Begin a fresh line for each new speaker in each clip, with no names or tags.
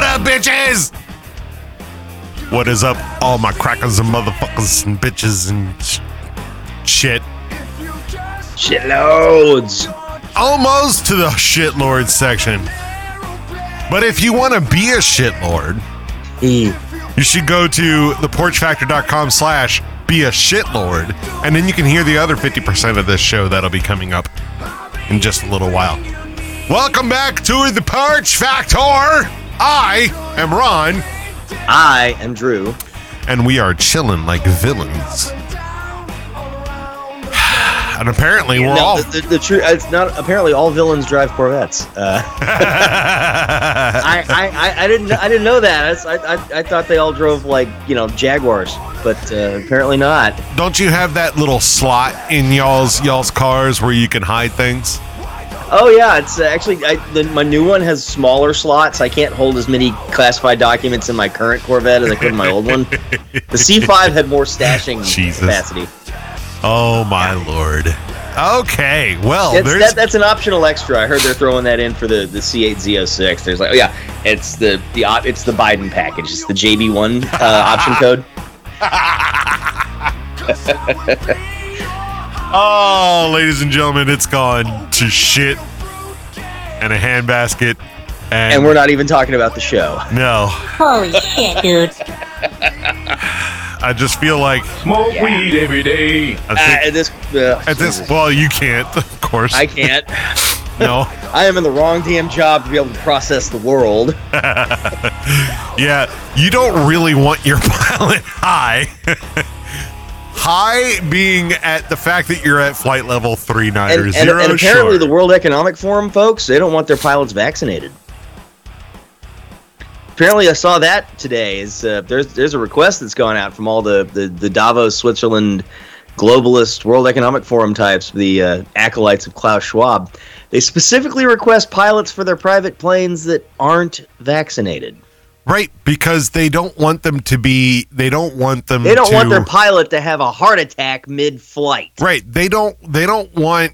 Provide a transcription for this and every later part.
bitches! What is up, all my crackers and motherfuckers and bitches and sh- shit?
Shitloads.
Almost to the shitlord section. But if you want to be a shitlord,
E.
you should go to theporchfactor.com slash be a shitlord, and then you can hear the other 50% of this show that'll be coming up in just a little while. Welcome back to the Porch Factor. I am Ron,
I am Drew.
and we are chilling like villains. And apparently, we're
no,
all
the, the, the true. It's not apparently all villains drive Corvettes. Uh, I, I, I, I didn't I didn't know that. I s- I, I, I thought they all drove like you know Jaguars, but uh, apparently not.
Don't you have that little slot in y'all's y'all's cars where you can hide things?
Oh yeah, it's uh, actually I, the, my new one has smaller slots. I can't hold as many classified documents in my current Corvette as I could in my old one. The C5 had more stashing
Jesus.
capacity.
Oh my lord. Okay, well,
That's,
there's
that, that's an optional extra. I heard they're throwing that in for the, the C8 Z06. There's like, oh yeah, it's the the op- it's the Biden package. It's the JB1 uh, option code.
Oh, ladies and gentlemen, it's gone to shit and a handbasket and,
And we're not even talking about the show.
no.
Holy shit, dude.
I just feel like
Smoke weed every day.
I
Uh,
think,
at this, uh,
at this well, you can't, of course.
I can't.
no.
I am in the wrong damn job to be able to process the world.
Yeah, you don't really want your pilot high. high being at the fact that you're at flight level three nine
And,
or
and,
zero.
and apparently,
short.
the World Economic Forum folks they don't want their pilots vaccinated. Apparently, I saw that today. Is uh, there's there's a request that's gone out from all the the, the Davos, Switzerland, globalist World Economic Forum types, the uh, acolytes of Klaus Schwab. They specifically request pilots for their private planes that aren't vaccinated.
Right, because they don't want them to be. They don't want them.
They don't
to,
want their pilot to have a heart attack mid-flight.
Right, they don't. They don't want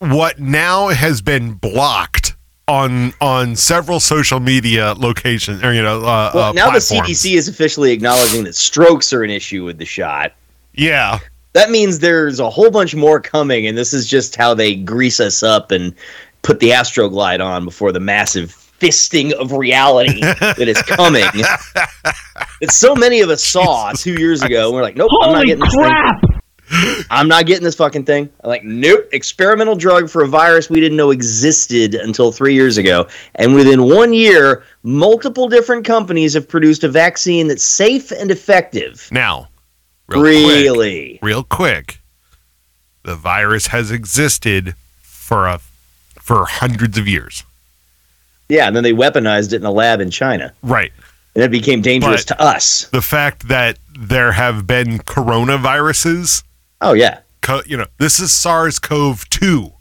what now has been blocked on on several social media locations or you know uh,
Well,
uh,
now
platforms.
the CDC is officially acknowledging that strokes are an issue with the shot.
Yeah,
That means there's a whole bunch more coming, and this is just how they grease us up and put the Astroglide on before the massive fisting of reality that is coming. that so many of us saw two years ago. and We're like, nope, I'm not getting this thing. I'm not getting this fucking thing. I'm like, nope. Experimental drug for a virus we didn't know existed until three years ago. And within one year, multiple different companies have produced a vaccine that's safe and effective.
now real quick,
Really?
real quick, the virus has existed for a for hundreds of years.
Yeah, and then they weaponized it in a lab in China,
Right,
and it became dangerous
But-
to us.
the fact that there have been coronaviruses
Oh yeah,
co- you know this is SARS-CoV-2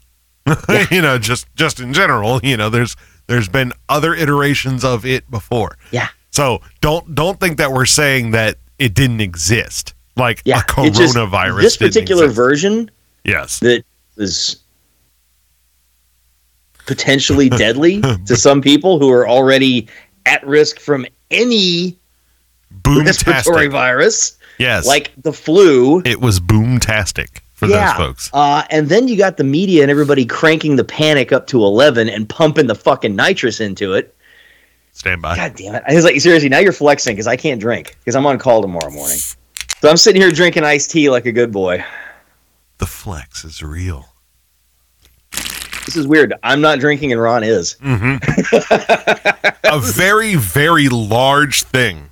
you know just just in general you know there's there's been other iterations of it before
yeah,
so don't don't think that we're saying that it didn't exist like
yeah.
a
It just-
coronavirus
this
didn't
particular
exist.
version
yes
that was potentially deadly to some people who are already at risk from any respiratory
boomtastic
virus,
yes
like the flu.
it was boomtastic for
yeah.
those folks
Uh, and then you got the media and everybody cranking the panic up to 11 and pumping the fucking nitrous into it.
stand by
God damn it. I was like, seriously, now you're flexing because I can't drink because I'm on call tomorrow morning. So I'm sitting here drinking iced tea like a good boy.
the flex is real
This is weird. I'm not drinking and Ron is.
a very very large thing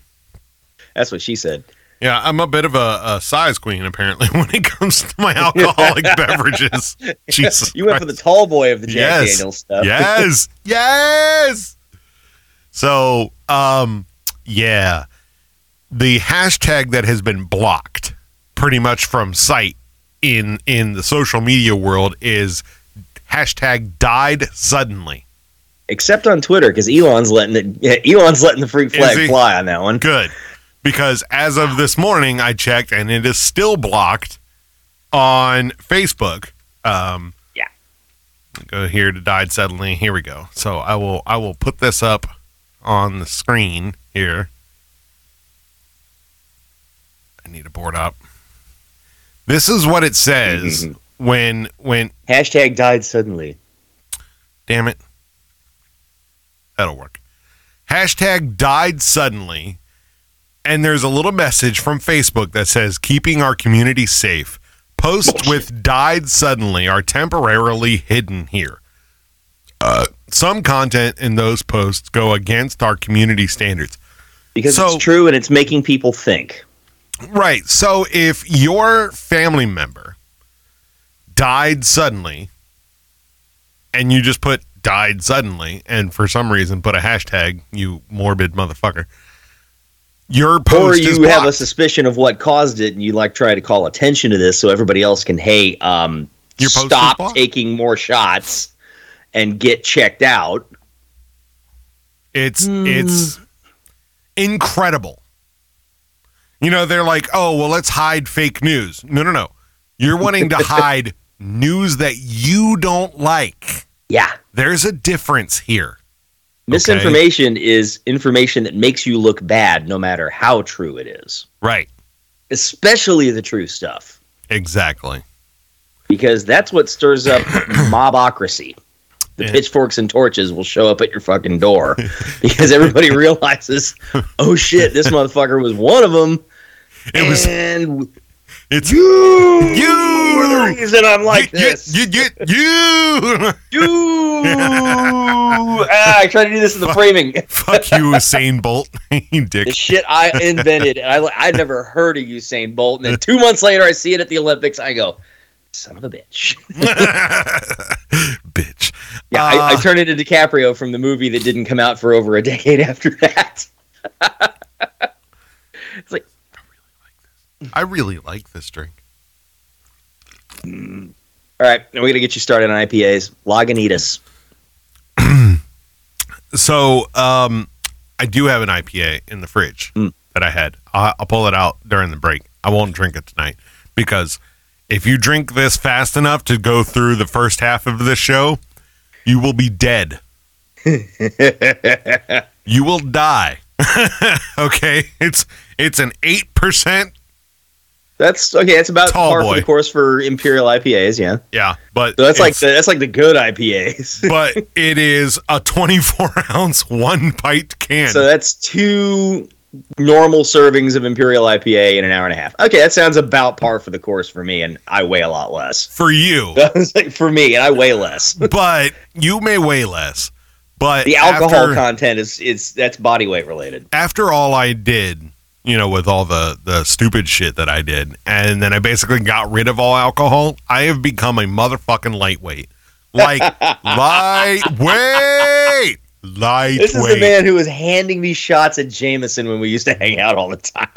That's what she said.
Yeah, I'm a bit of a, a size queen apparently when it comes to my alcoholic beverages. Jesus,
You went for the tall boy of the Jack
Yes.
Daniels stuff.
yes, yes. So, um, yeah, the hashtag that has been blocked pretty much from sight in in the social media world is hashtag died suddenly.
Except on Twitter because Elon's letting it. yeah, Elon's letting the freak
Is he?
flag fly on that one.
Good. Because as of this morning, I checked and it is still blocked on Facebook. Um,
Yeah.
Go here to died suddenly. Here we go. So I will I will put this up on the screen here. I need to board up. This is what it says when when
Hashtag died suddenly.
Damn it. That'll work. Hashtag died suddenly. And there's a little message from Facebook that says, keeping our community safe. Posts with died suddenly are temporarily hidden here. Uh, some content in those posts go against our community standards.
Because
So-
it's true and it's making people think.
Right. So if your family member died suddenly and you just put died suddenly and for some reason put a hashtag, you morbid motherfucker, your
Or
post is
you
blocked.
have a suspicion of what caused it and you like try to call attention to this so everybody else can, hey, um,
Your post is
stop
blocked.
taking more shots and get checked out.
It's it's incredible. You know, they're like, "Oh, well, let's hide fake news." No, no, no. You're wanting to hide news that you don't like.
Yeah.
There's a difference here.
Misinformation is information that makes you look bad no matter how true it is,
Right.
especially the true stuff,
Exactly.
because that's what stirs up mobocracy. The
Yeah.
pitchforks and torches will show up at your fucking door because everybody realizes, oh shit, this motherfucker was one of them.
It was
and
it's you.
you,
You
are the reason I'm like
you,
this.
You, you, you.
You, ah, I try to do this in the framing.
Fuck you, Usain Bolt. you dick.
the shit I invented. And I I never heard of Usain Bolt. And then two months later, I see it at the Olympics. I go, son of a bitch.
Bitch.
Yeah, I, I
Uh,
turned into DiCaprio from the movie that didn't come out for over a decade after that.
I really like this drink.
All right, now we got to get you started on IPAs. Lagunitas.
So, um, I do have an IPA in the fridge
Mm.
that I had. I, I'll pull it out during the break. I won't drink it tonight because if you drink this fast enough to go through the first half of the show, you will be dead. you will die. okay, it's it's an eight percent.
That's okay. That's about
Tall
par
boy.
for the course for imperial IPAs. Yeah,
Yeah, but
so that's like
it's-
the, that's like the good IPAs.
but it is a twenty-four ounce one pint can.
so that's two normal servings of imperial IPA in an hour and a half. Okay, that sounds about par for the course for me, and I weigh a lot less.
for you,
That was like for me, and I weigh less.
but you may weigh less. But
The alcohol
after,
content is it's that's body weight related.
after all I did, you know, with all the the stupid shit that I did, and then I basically got rid of all alcohol, I have become a motherfucking lightweight. Like lightweight, lightweight.
This is the man who was handing me shots at Jameson when we used to hang out all the time.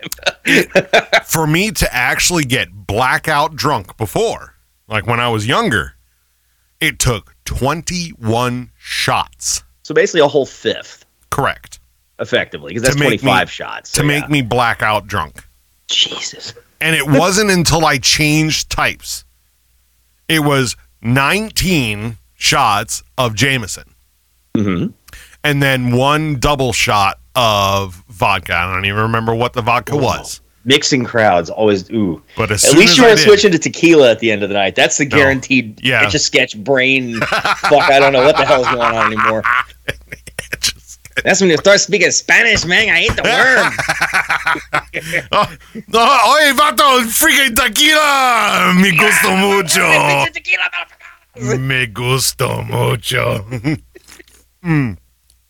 for me to actually get blackout drunk before, like when I was younger, it took 21 shots.
So basically, a whole fifth,
Correct.
effectively, because
To
that's
make
twenty five
me-
shots.
To
so
make
yeah.
me blackout drunk.
Jesus,
And it wasn't until I changed types. It was 19 shots of Jameson
hmm
and then one double shot of vodka. I don't even remember what the vodka was.
mixing crowds always ooh.
But as
At
soon
least
as
you
I
weren't
did-
switching to tequila at the end of the night. That's the guaranteed
Yeah.
yeah. itch a sketch brain. fuck, I don't know what the hell's going on anymore. That's when you start speaking Spanish, man. I hate the worm.
Oh, no, oye, vato, freaking tequila! Me gusta mucho! Me gusta mucho. Mm.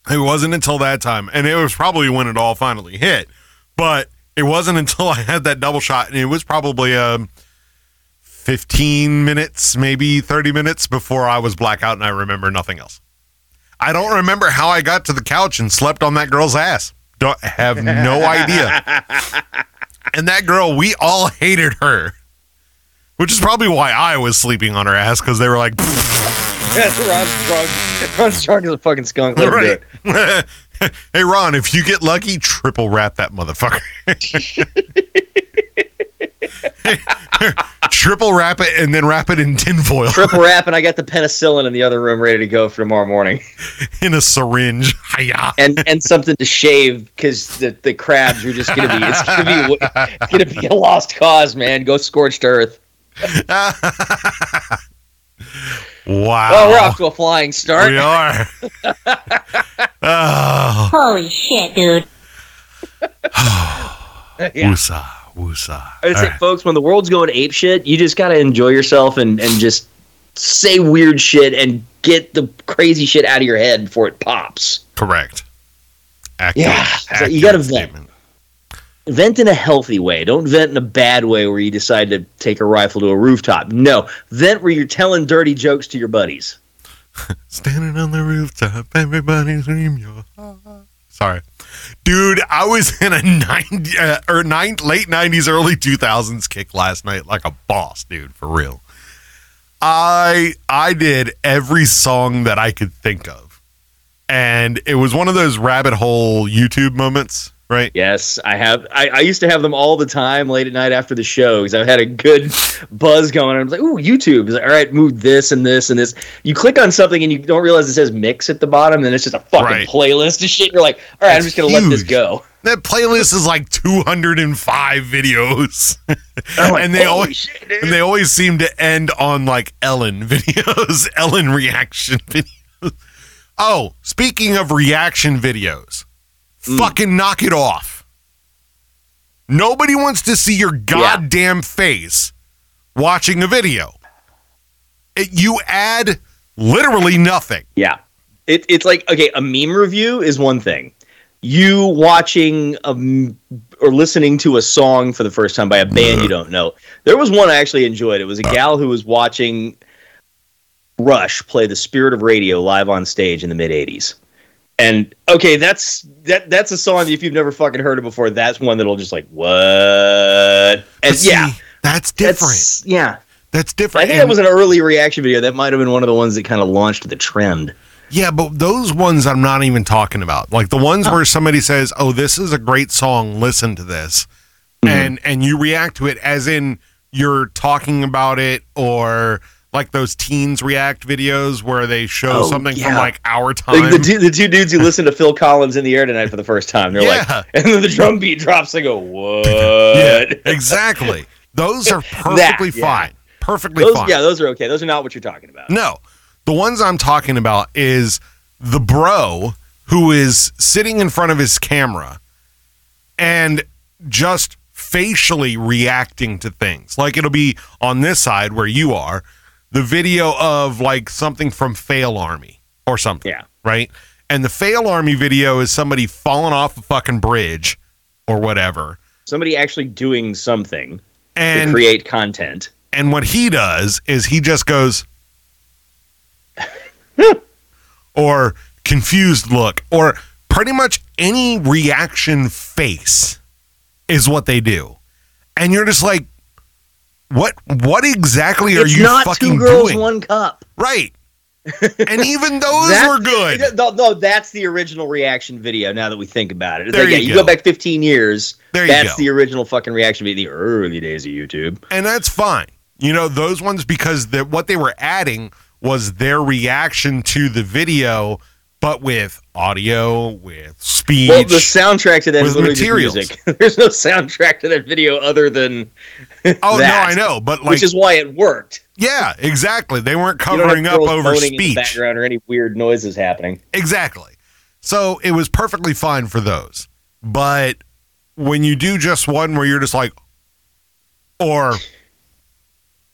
It wasn't until that time, and it was probably when it all finally hit, but it wasn't until I had that double shot, and it was probably um, 15 minutes, maybe 30 minutes before I was blackout and I remember nothing else. I don't remember how I got to the couch and slept on that girl's ass. Don't have no idea. And that girl, we all hated her, which is probably why I was sleeping on her ass because they were like,
That's Ron's drunk. Ron's drunk as a fucking skunk. Let him do
right.
it.
hey, Ron, if you get lucky, triple wrap that motherfucker. Triple wrap it and then wrap it in tinfoil
Triple wrap, and I got the penicillin in the other room ready to go for tomorrow morning,
in a syringe. Hiya.
and and something to shave because the, the crabs are just gonna be it's gonna be it's gonna be a lost cause, man. Go scorched earth.
Wow.
Oh, we're off to a flying start.
Ah. We are. oh,
Holy shit, dude.
Yeah.
woosa, woosa.
I would
All
say,
right.
folks, when the world's going ape shit, you just gotta enjoy yourself and and just say weird shit and get the crazy shit out of your head before it pops.
Correct. Accurate,
Yeah, so you gotta
accurate
vent.
statement.
Vent in a healthy way. Don't vent in a bad way where you decide to take a rifle to a rooftop. No, vent where you're telling dirty jokes to your buddies.
Standing on the rooftop, everybody dream your heart. Sorry. Dude, I was in a 90, uh, or nine, late 90s, early 2000s kick last night like a boss, dude, for real. I I did every song that I could think of. And it was one of those rabbit hole YouTube moments, right?
Yes, I have. I, I used to have them all the time late at night after the show because I've had a good buzz going. I'm like, ooh, YouTube. It's like, all right, move this and this and this. You click on something and you don't realize it says mix at the bottom, then it's just a fucking
Right.
playlist of shit. You're like, all right, I'm
It's
just going to let this
huge.
go.
That playlist is like 205 videos.
I'm like,
and they
holy
always
shit, dude.
and they always seem to end on like Ellen videos, Ellen reaction videos. Oh, speaking of reaction videos,
Mm.
fucking knock it off. Nobody wants to see your goddamn face watching a video. It, you add literally nothing.
Yeah. It, it's like, okay, a meme review is one thing. You watching a, m- or listening to a song for the first time by a band you don't know. There was one I actually enjoyed. It was a gal who was watching Rush play the Spirit of Radio live on stage in the mid 80s. And okay, that's that that's a song if you've never fucking heard it before, that's one that'll just like what? And
But see,
yeah,
that's different. That's,
that's yeah.
different.
I think that
And-
was an early reaction video. That might have been one of the ones that kind of launched the trend.
Yeah, but those ones I'm not even talking about. Like the ones where somebody says, "Oh, this is a great song. Listen to this,"
Mm-hmm.
and and you react to it as in you're talking about it, or like those teens react videos where they show
Oh,
something from
yeah.
like our time.
Like the, two, the two dudes who listened to Phil Collins in the air tonight for the first time, they're
Yeah.
like, and then the drum beat drops. They go, "What?"
yeah, exactly. Those are perfectly
yeah.
fine. Perfectly
those,
fine. Mm-hmm.
yeah, those are okay. Those are not what you're talking about.
No. The ones I'm talking about is the bro who is sitting in front of his camera and just facially reacting to things. Like it'll be on this side where you are, the video of like something from Fail Army or something.
Yeah.
Right? And the Fail Army video is somebody falling off a fucking bridge or whatever.
Somebody actually doing something to
And
create content.
And what he does is he just goes, or confused look, or pretty much any reaction face is what they do. And you're just like, what? What exactly are
it's
you
not
fucking
two girls,
doing?
one cup.
right. and even those
That-
were good.
No, no, that's the original reaction video. Now that we think about it, it's
There
like, yeah,
you
you
go.
go back 15 years.
There you
that's
go.
the original fucking reaction video. The early days of YouTube.
and that's fine. You know, those ones because that what they were adding was their reaction to the video, but with audio, with speech.
Well, the soundtrack to that
with
is literally just
materials.
music. There's no soundtrack to that video other than
oh
that.
no, I know, but like,
which is why it worked.
yeah, exactly. They weren't
You don't have
covering up
girls
over
moaning in the
speech.
background or any weird noises happening.
Exactly. So it was perfectly fine for those, but when you do just one where you're just like, or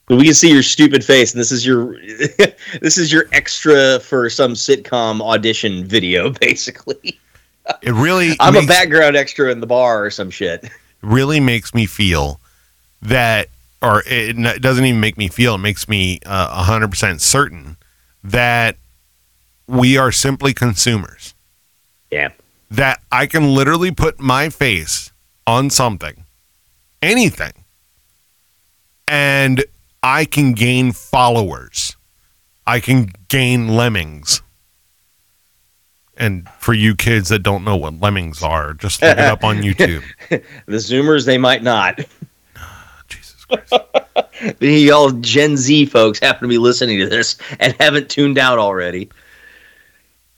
But we can see your stupid face, and this is your this is your extra for some sitcom audition video, basically.
it really,
I'm a
makes-
background extra in the bar or some shit.
really makes me feel that, or it, n- it doesn't even make me feel, it makes me uh, 100% certain that we are simply consumers.
Yeah.
That I can literally put my face on something, anything, and I can gain followers. I can gain lemmings. And for you kids that don't know what lemmings are, just look it up on YouTube.
The Zoomers, they might not.
Jesus Christ.
y'all Gen Z folks happen to be listening to this and haven't tuned out already.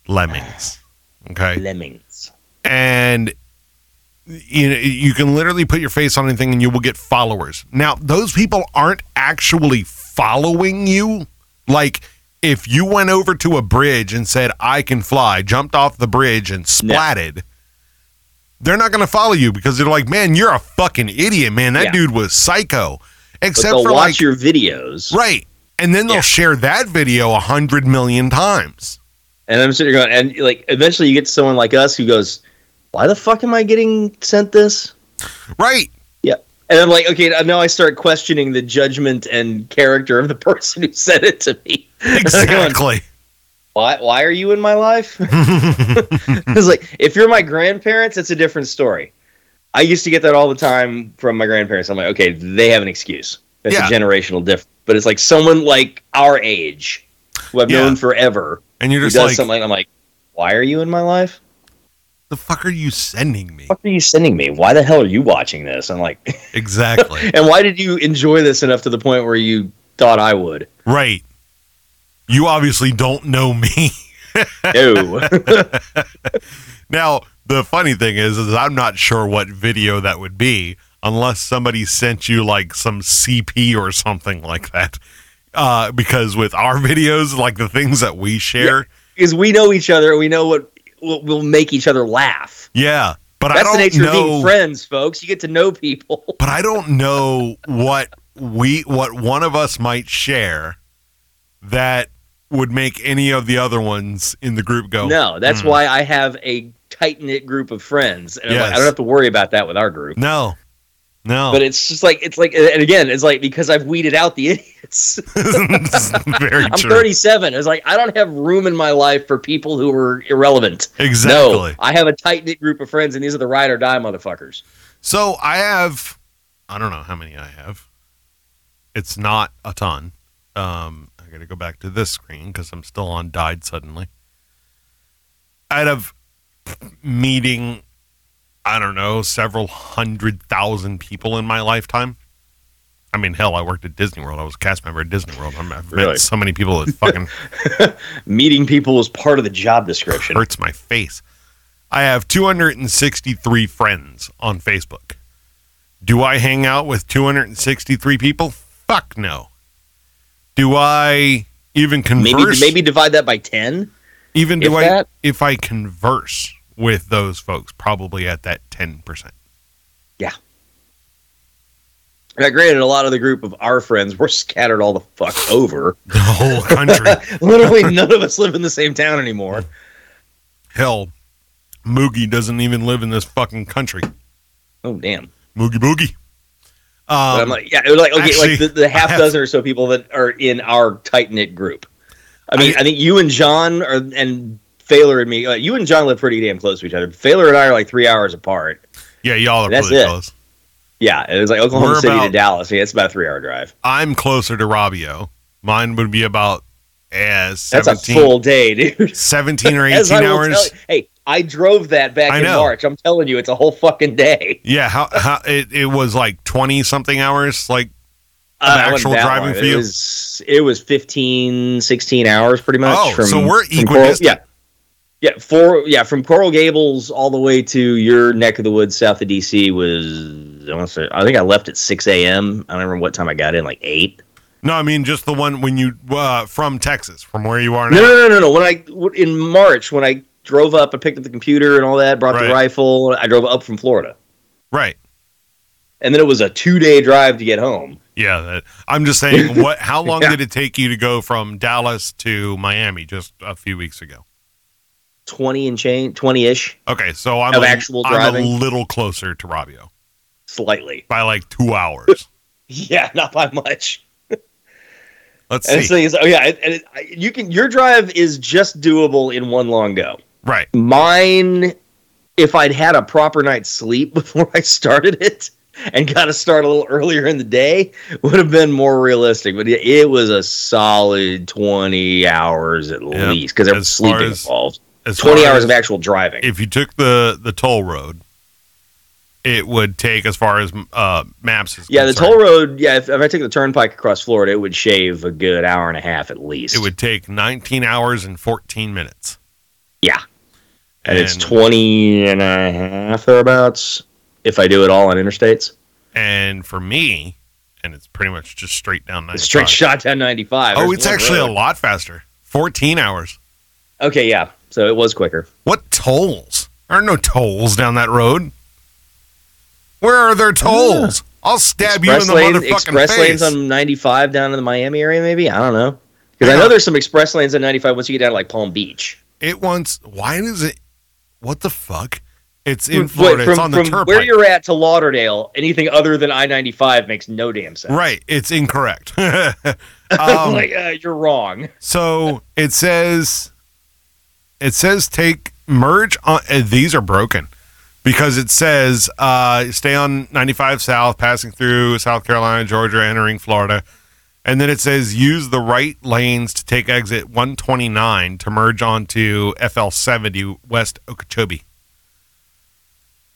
Lemmings. Okay.
Lemmings.
and you know, you can literally put your face on anything and you will get followers. Now, those people aren't actually following you. Like if you went over to a bridge and said I can fly, jumped off the bridge and splatted, they're not going to follow you because they're like, "Man, you're a fucking idiot, man. That
Yeah.
dude was psycho."
But
Except
they'll
for
watch
like
your videos.
right. And then they'll
Yeah.
share that video a hundred million times.
And I'm sitting there going, and like eventually you get to someone like us who goes, Why the fuck am I getting sent this?
Right.
And I'm like, okay, now I start questioning the judgment and character of the person who sent it to me.
Exactly.
why, why are you in my life? it's like, if you're my grandparents, it's a different story. I used to get that all the time from my grandparents. I'm like, okay, they have an excuse. That's
Yeah.
a generational difference. But it's like someone like our age, who I've
Yeah.
known forever,
and you're
who
just
does
like,
something like I'm like, why are you in my life?
the fuck are you sending me?
What the fuck are you sending me? Why the hell are you watching this? I'm like,
Exactly.
and why did you enjoy this enough to the point where you thought I would?
right. You obviously don't know me.
No.
Now, the funny thing is, is I'm not sure what video that would be unless somebody sent you like some CP or something like that. Uh, because with our videos, like the things that we share,
because we know each other and we know what what will make each other laugh.
yeah. but I
That's the
don't
nature
know.
of being friends, folks. You get to know people.
but I don't know what we what one of us might share that would make any of the other ones in the group go.
No, that's
Hmm.
why I have a tight knit group of friends, and I'm like,
Yes.
I don't have to worry about that with our group.
No. No.
But it's just like it's like, and again, it's like because I've weeded out the idiots.
This is very
I'm
true.
37. It's like I don't have room in my life for people who are irrelevant.
Exactly.
No, I have a tight knit group of friends, and these are the ride or die motherfuckers.
So I have, I don't know how many I have. It's not a ton. Um, I got to go back to this screen because I'm still on died suddenly. Out of meeting, I don't know, several hundred thousand people in my lifetime. I mean, hell, I worked at Disney World. I was a cast member at Disney World. I'm- I've met
Really?
so many people that fucking
Meeting people is part of the job description.
hurts my face. I have 263 friends on Facebook. Do I hang out with 263 people? Fuck no. Do I even
Maybe
converse?
maybe divide that by ten.
even do
if
I
that-
if I converse with those folks probably at that 10%.
Now, granted, a lot of the group of our friends were scattered all the fuck over.
The whole country.
Literally, none of us live in the same town anymore.
Hell, Moogie doesn't even live in this fucking country.
Oh damn!
Moogie Boogie.
But
Um,
I'm like, yeah, it was like okay,
actually,
like the, the half
I have-
dozen or so people that are in our tight knit group. I mean,
I-
I, think you and John are, and Failer and me. Like, you and John live pretty damn close to each other. Failer and I are like three hours apart.
yeah, y'all are
That's
really
it.
close.
Yeah, it was like Oklahoma
We're
City
about-
to Dallas. Yeah, it's about a three hour drive.
I'm closer to Robbio. Mine would be about as
That's
17,
a full day, dude.
17 or 18
As I will
hours.
tell you- hey, I drove that back
I
in
know.
March. I'm telling you, it's a whole fucking day.
Yeah, how, how it, it was like 20 something hours. Like, of
it wasn't
actual
that
driving
long.
for you?
It was, it was 15, 16 hours pretty much.
Oh,
from,
so we're
from
equidistant.
Coral- yeah. Yeah, four, yeah, from Coral Gables all the way to your neck of the woods south of D.C. was, I, wanna say, I think I left at 6 a.m. I don't remember what time I got in, like 8?
no, I mean, just the one when you, uh, from Texas, from where you are
No,
now.
no, no, no, no. When I, in March, when I drove up, I picked up the computer and all that, brought
Right.
the rifle, I drove up from Florida.
Right.
And then it was a two day drive to get home.
Yeah. That, I'm just saying, what, how long
Yeah.
did it take you to go from Dallas to Miami just a few weeks ago?
20 and change, 20 ish,
Okay. So I'm,
Of
a,
actual
I'm a
driving?
little closer to Robbio
slightly.
by like two hours.
Yeah, not by much.
Let's
And
see.
it's like, it's- oh yeah, it, and it, I- you can your drive is just doable in one long go.
right.
Mine, if I'd had a proper night's sleep before I started it and got to start a little earlier in the day, would have been more realistic. But yeah, it was a solid twenty hours at least 'cause least because there was
as far
sleeping
as-
involved.
As
Twenty
far
hours
as-
of actual driving.
if you took the the toll road it would take as far as uh, maps. Is
Yeah, the
concerned.
toll road. Yeah, if, if I took the turnpike across Florida, it would shave a good hour and a half at least.
It would take 19 hours and 14 minutes.
Yeah. and, it's
And-
20 and a half thereabouts if I do it all on interstates.
And for me, and it's pretty much just straight down 95.
It's straight shot down 95.
Oh,
There's
it's
one
actually
road.
a lot faster. 14 hours.
Okay, yeah. So it was quicker.
What tolls? There are no tolls down that road. Where are there tolls? I'll stab
express
you in
lane,
the motherfucking
express
face.
lanes on 95 down in the Miami area, maybe? I don't know. Because I
Yeah.
know there's some express lanes on 95 once you get down to like Palm Beach.
it wants. Why is it? What the fuck? It's in
Wait,
Florida.
from,
it's on the
from
turnpike.
where you're at to Lauderdale, anything other than I 95 makes no damn sense.
right. It's incorrect.
I'm
Um,
like, uh, you're wrong.
So it says, it says take merge on. uh, These are broken because it says uh, stay on 95 South, passing through South Carolina, Georgia, entering Florida, and then it says use the right lanes to take exit 129 to merge onto FL 70 West Okeechobee.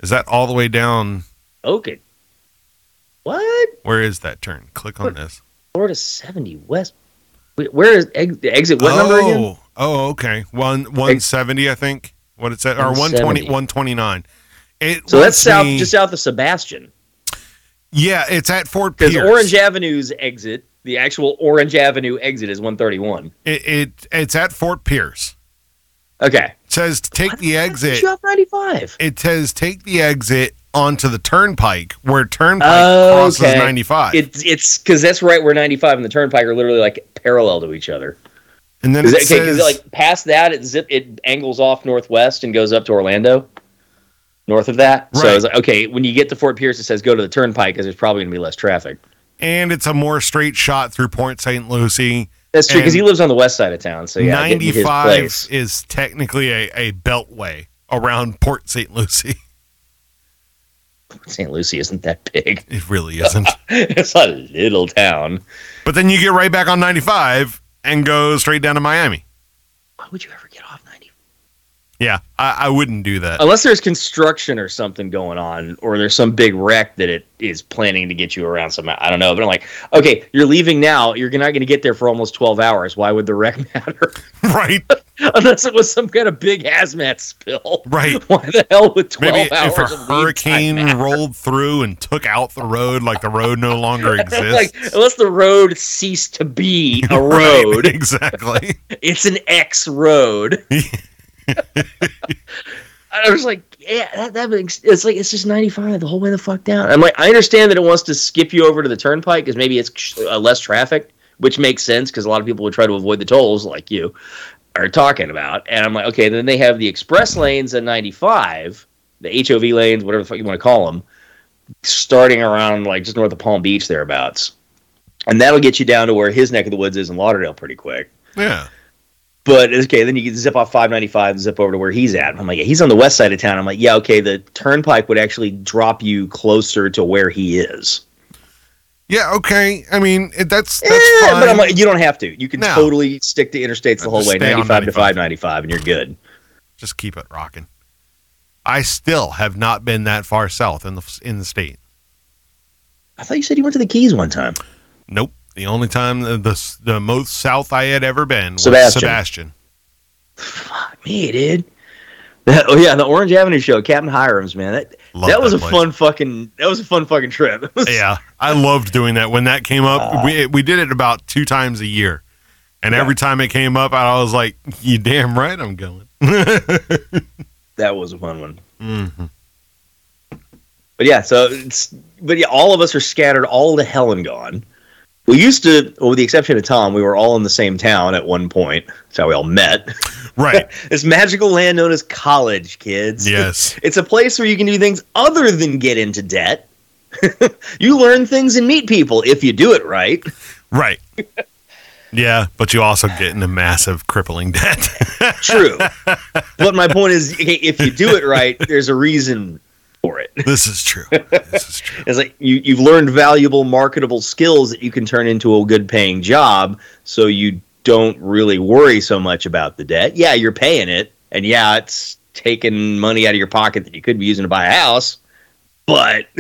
Is that all the way down?
Okay. What?
Where is that turn? Click on this.
Florida 70 West. Wait, Where is ex- exit? What number again?
Oh, okay. One one seventy, I think. What it said, or 120,
170.
129. It
So that's
wants
south,
me-
just south of Sebastian.
yeah. It's at Fort
Because
Pierce.
Orange Avenue's exit, the actual Orange Avenue exit is 131.
It, it it's at Fort Pierce.
Okay.
It says to take the exit.
You have 95.
It says take the exit onto the turnpike where turnpike
Oh,
crosses
okay.
ninety five,
It's it's because that's right where 95 and the Turnpike are literally like parallel to each other.
and then
Is
it
that, okay, 'cause,
says
like past that, it zip it angles off northwest and goes up to Orlando. North of that, so
Right.
it's like, okay, when you get to Fort Pierce, it says go to the Turnpike because there's probably going to be less traffic.
and it's a more straight shot through Port St. Lucie.
That's true because
And
he lives on the west side of town. So yeah, getting to
ninety
his
five
place.
is technically a, a beltway around Port St. Lucie.
St. Lucie isn't that big.
It really isn't.
it's a little town.
But then you get right back on 95 and go straight down to Miami.
Why would you ever get off 95?
Yeah, I, I wouldn't do that.
Unless there's construction or something going on, or there's some big wreck that it is planning to get you around somehow. I don't know. But I'm like, okay, you're leaving now. You're not going to get there for almost 12 hours. Why would the wreck matter?
right?
Unless it was some kind of big hazmat spill.
Right.
Why the hell would 12
Maybe
hours
if a
of lead time
hurricane
matter?
rolled through and took out the road, like the road no longer
like,
exists.
unless the road ceased to be a
Right,
road,
exactly.
it's an X road. I was like, yeah, that, that makes it's like it's just 95 the whole way the fuck down. I'm like, I understand that it wants to skip you over to the turnpike because maybe it's uh, less traffic, which makes sense because a lot of people would try to avoid the tolls, like you are talking about. And I'm like, okay, then they have the express lanes at 95, the HOV lanes, whatever the fuck you want to call them, starting around like just north of Palm Beach thereabouts, and that'll get you down to where his neck of the woods is in Lauderdale pretty quick.
Yeah.
But okay, then you can zip off 595 and zip over to where he's at. I'm like, yeah, he's on the west side of town. I'm like, yeah, okay, the turnpike would actually drop you closer to where he is.
Yeah, okay. I mean, it, that's that's
Eh,
fine.
But I'm like, you don't have to. You can
No.
totally stick to interstates the whole
Just
way,
stay on
95 to 595, and you're good.
Just keep it rocking. I still have not been that far south in the in the state.
I thought you said you went to the Keys one time.
Nope. The only time uh, the the, the most south I had ever been was
Sebastian.
Sebastian.
Fuck me, dude. That, oh yeah, the Orange Avenue show, Captain Hiram's man. That
Love
that was a
place.
fun fucking. That was a fun fucking trip. It was-
yeah, I loved doing that. When that came up, we
Uh.
we did it about two times a year, and every time it came up, I was like, "You damn right, I'm going."
that was a fun one. Mm-hmm.
Mhm.
But yeah, so it's but yeah, all of us are scattered all to hell and gone. We used to, well, with the exception of Tom, we were all in the same town at one point. That's how we all met.
Right?
This magical land known as college, kids.
yes.
It's a place where you can do things other than get into debt. you learn things and meet people if you do it right.
Right. Yeah, but you also get into massive crippling debt.
True. but my point is, okay, if you do it right, there's a reason for it.
this is true. This is true.
It's like you, you've learned valuable, marketable skills that you can turn into a good paying job, so you don't really worry so much about the debt. Yeah, you're paying it, and yeah, it's taking money out of your pocket that you could be using to buy a house, But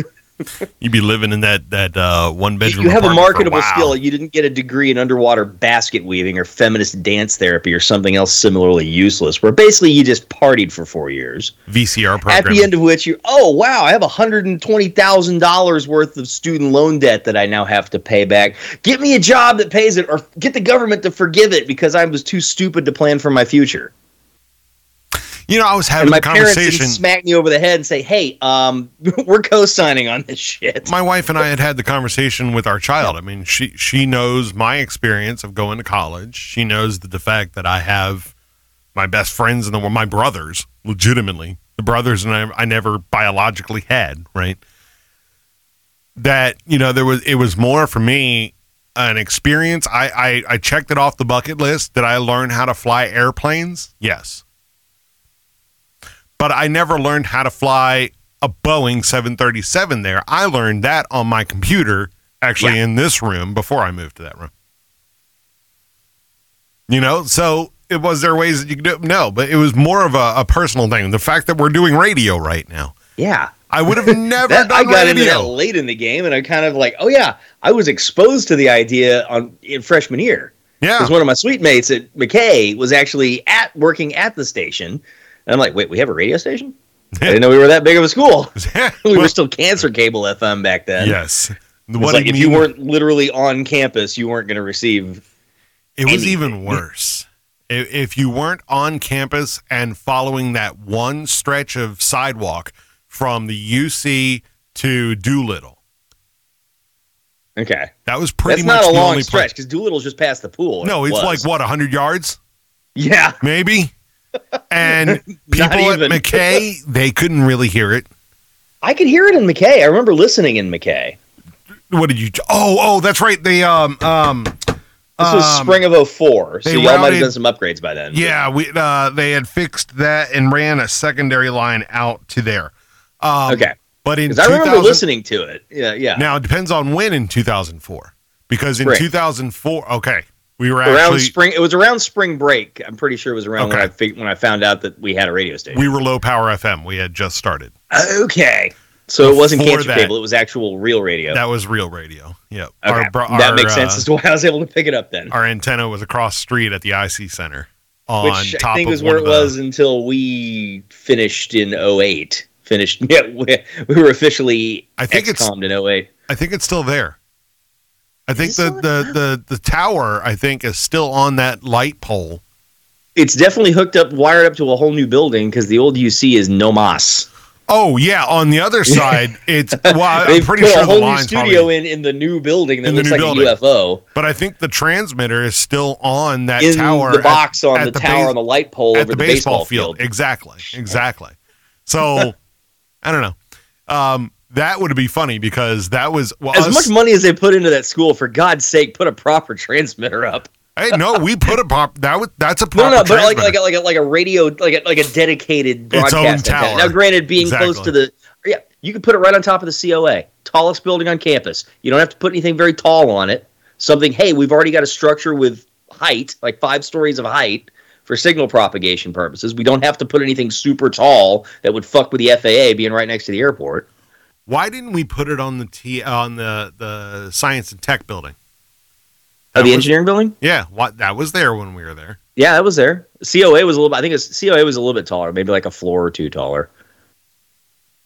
You'd be living in that that uh, one
if
bedroom.
you have a
apartment for
marketable
while.
skill, you didn't get a degree in underwater basket weaving or feminist dance therapy or something else similarly useless, where basically you just partied for four years.
VCR program.
At the end of which you, oh wow, I have hundred and twenty thousand dollars worth of student loan debt that I now have to pay back. Get me a job that pays it, or get the government to forgive it because I was too stupid to plan for my future.
you know, I was
And
having
my
a
parents didn't
conversation.
smack me over the head and say, "Hey, um, we're co-signing on this shit."
my wife and I had had the conversation with our child. I mean, she she knows my experience of going to college. She knows that the fact that I have my best friends in the world, my brothers, legitimately the brothers, and I, I never biologically had right. That you know there was it was more for me an experience. I I, I checked it off the bucket list. Did I learn how to fly airplanes? Yes. But I never learned how to fly a Boeing 737 there. I learned that on my computer, actually in this room before I moved to that room. You know, so it was there ways that you could do it? No, but it was more of a, a personal thing. The fact that we're doing radio right now.
Yeah,
I would have never
that,
done
I got
radio.
into that late in the game, and I kind of like, oh yeah, I was exposed to the idea on in freshman year.
yeah.
because one of my sweet mates at McKay was actually at working at the station. And I'm like, wait, we have a radio station? I didn't know we were that big of a school. we were still cancer cable FM back then.
yes.
It's
What
like
it
if you
mean-
weren't literally on campus, you weren't going to receive.
It was
anything.
even worse. I- If you weren't on campus and following that one stretch of sidewalk from the UC to Doolittle,
Okay,
that was pretty
that's
much
not
the
a long
only
stretch
place.
because Doolittle's just past the pool.
No,
It
it's
was.
like what hundred yards,
yeah,
maybe. And people at
even.
McKay, they couldn't really hear it.
I could hear it in McKay. I remember listening in Mckay.
What did you? Oh, oh, that's right. They um um.
This was
um,
spring of 04, so
they
y'all might
routed-
have done some upgrades by then.
Yeah, we uh, they had fixed that and ran a secondary line out to there. Um,
Okay.
but in
Because I remember
2000
listening to it. Yeah, yeah.
Now it depends on when in 2004, because in
Right.
2004, okay, we were
around
actually
spring. It was around spring break. I'm pretty sure it was around when
Okay.
I fig- when I found out that we had a radio station.
we were low power FM. We had just started.
okay, so it wasn't
Before
cancer
that.
cable. It was actual real radio.
That was real radio. Yeah,
okay.
bro-
that makes sense
uh,
as to why I was able to pick it up then,
our antenna was across street at the IC Center on
which
top
I think
of
was where it
one of the-
was until we finished in 08. Finished. Yeah, we, we were officially
I think it's-
XCOM'd in 08.
I think it's still there. I think
it
the
still
the, the the tower I think is still on that light pole.
It's definitely hooked up, wired up to a whole new building because the old UC is no mas.
Oh yeah, on the other side it's well I- I'm
They've
pretty
put
sure
a
the
whole new
line's
studio
probably,
in in the new building that
In the
looks
new
like
building.
a UFO.
but I think the transmitter is still on that
in
tower
the
at-
box on
at
the,
the
tower
base-
on the light pole
at
over
the baseball, field. Exactly. Exactly. So I don't know. Um, that would be funny because that was well,
As
us-
much money as they put into that school, for God's sake, put a proper transmitter up.
Hey, no, we put a pop. That was that's a
No,
proper
no, no, but like
transmitter.
like uh, a, like a, like a radio, like a, like a dedicated
Its own
broadcast antenna.
tower.
Now, granted, being close to
Exactly.
the yeah, you could put it right on top of the COA, tallest building on campus. You don't have to put anything very tall on it. Something, hey, we've already got a structure with height, like five stories of height. For signal propagation purposes, we don't have to put anything super tall that would fuck with the FAA being right next to the airport.
Why didn't we put it on the T on the the science and tech building?
Oh,
That
the
was-
engineering building?
Yeah, what that was there when we were there.
Yeah, that was there. COA was a little. I think it's COA was a little bit taller, maybe like a floor or two taller.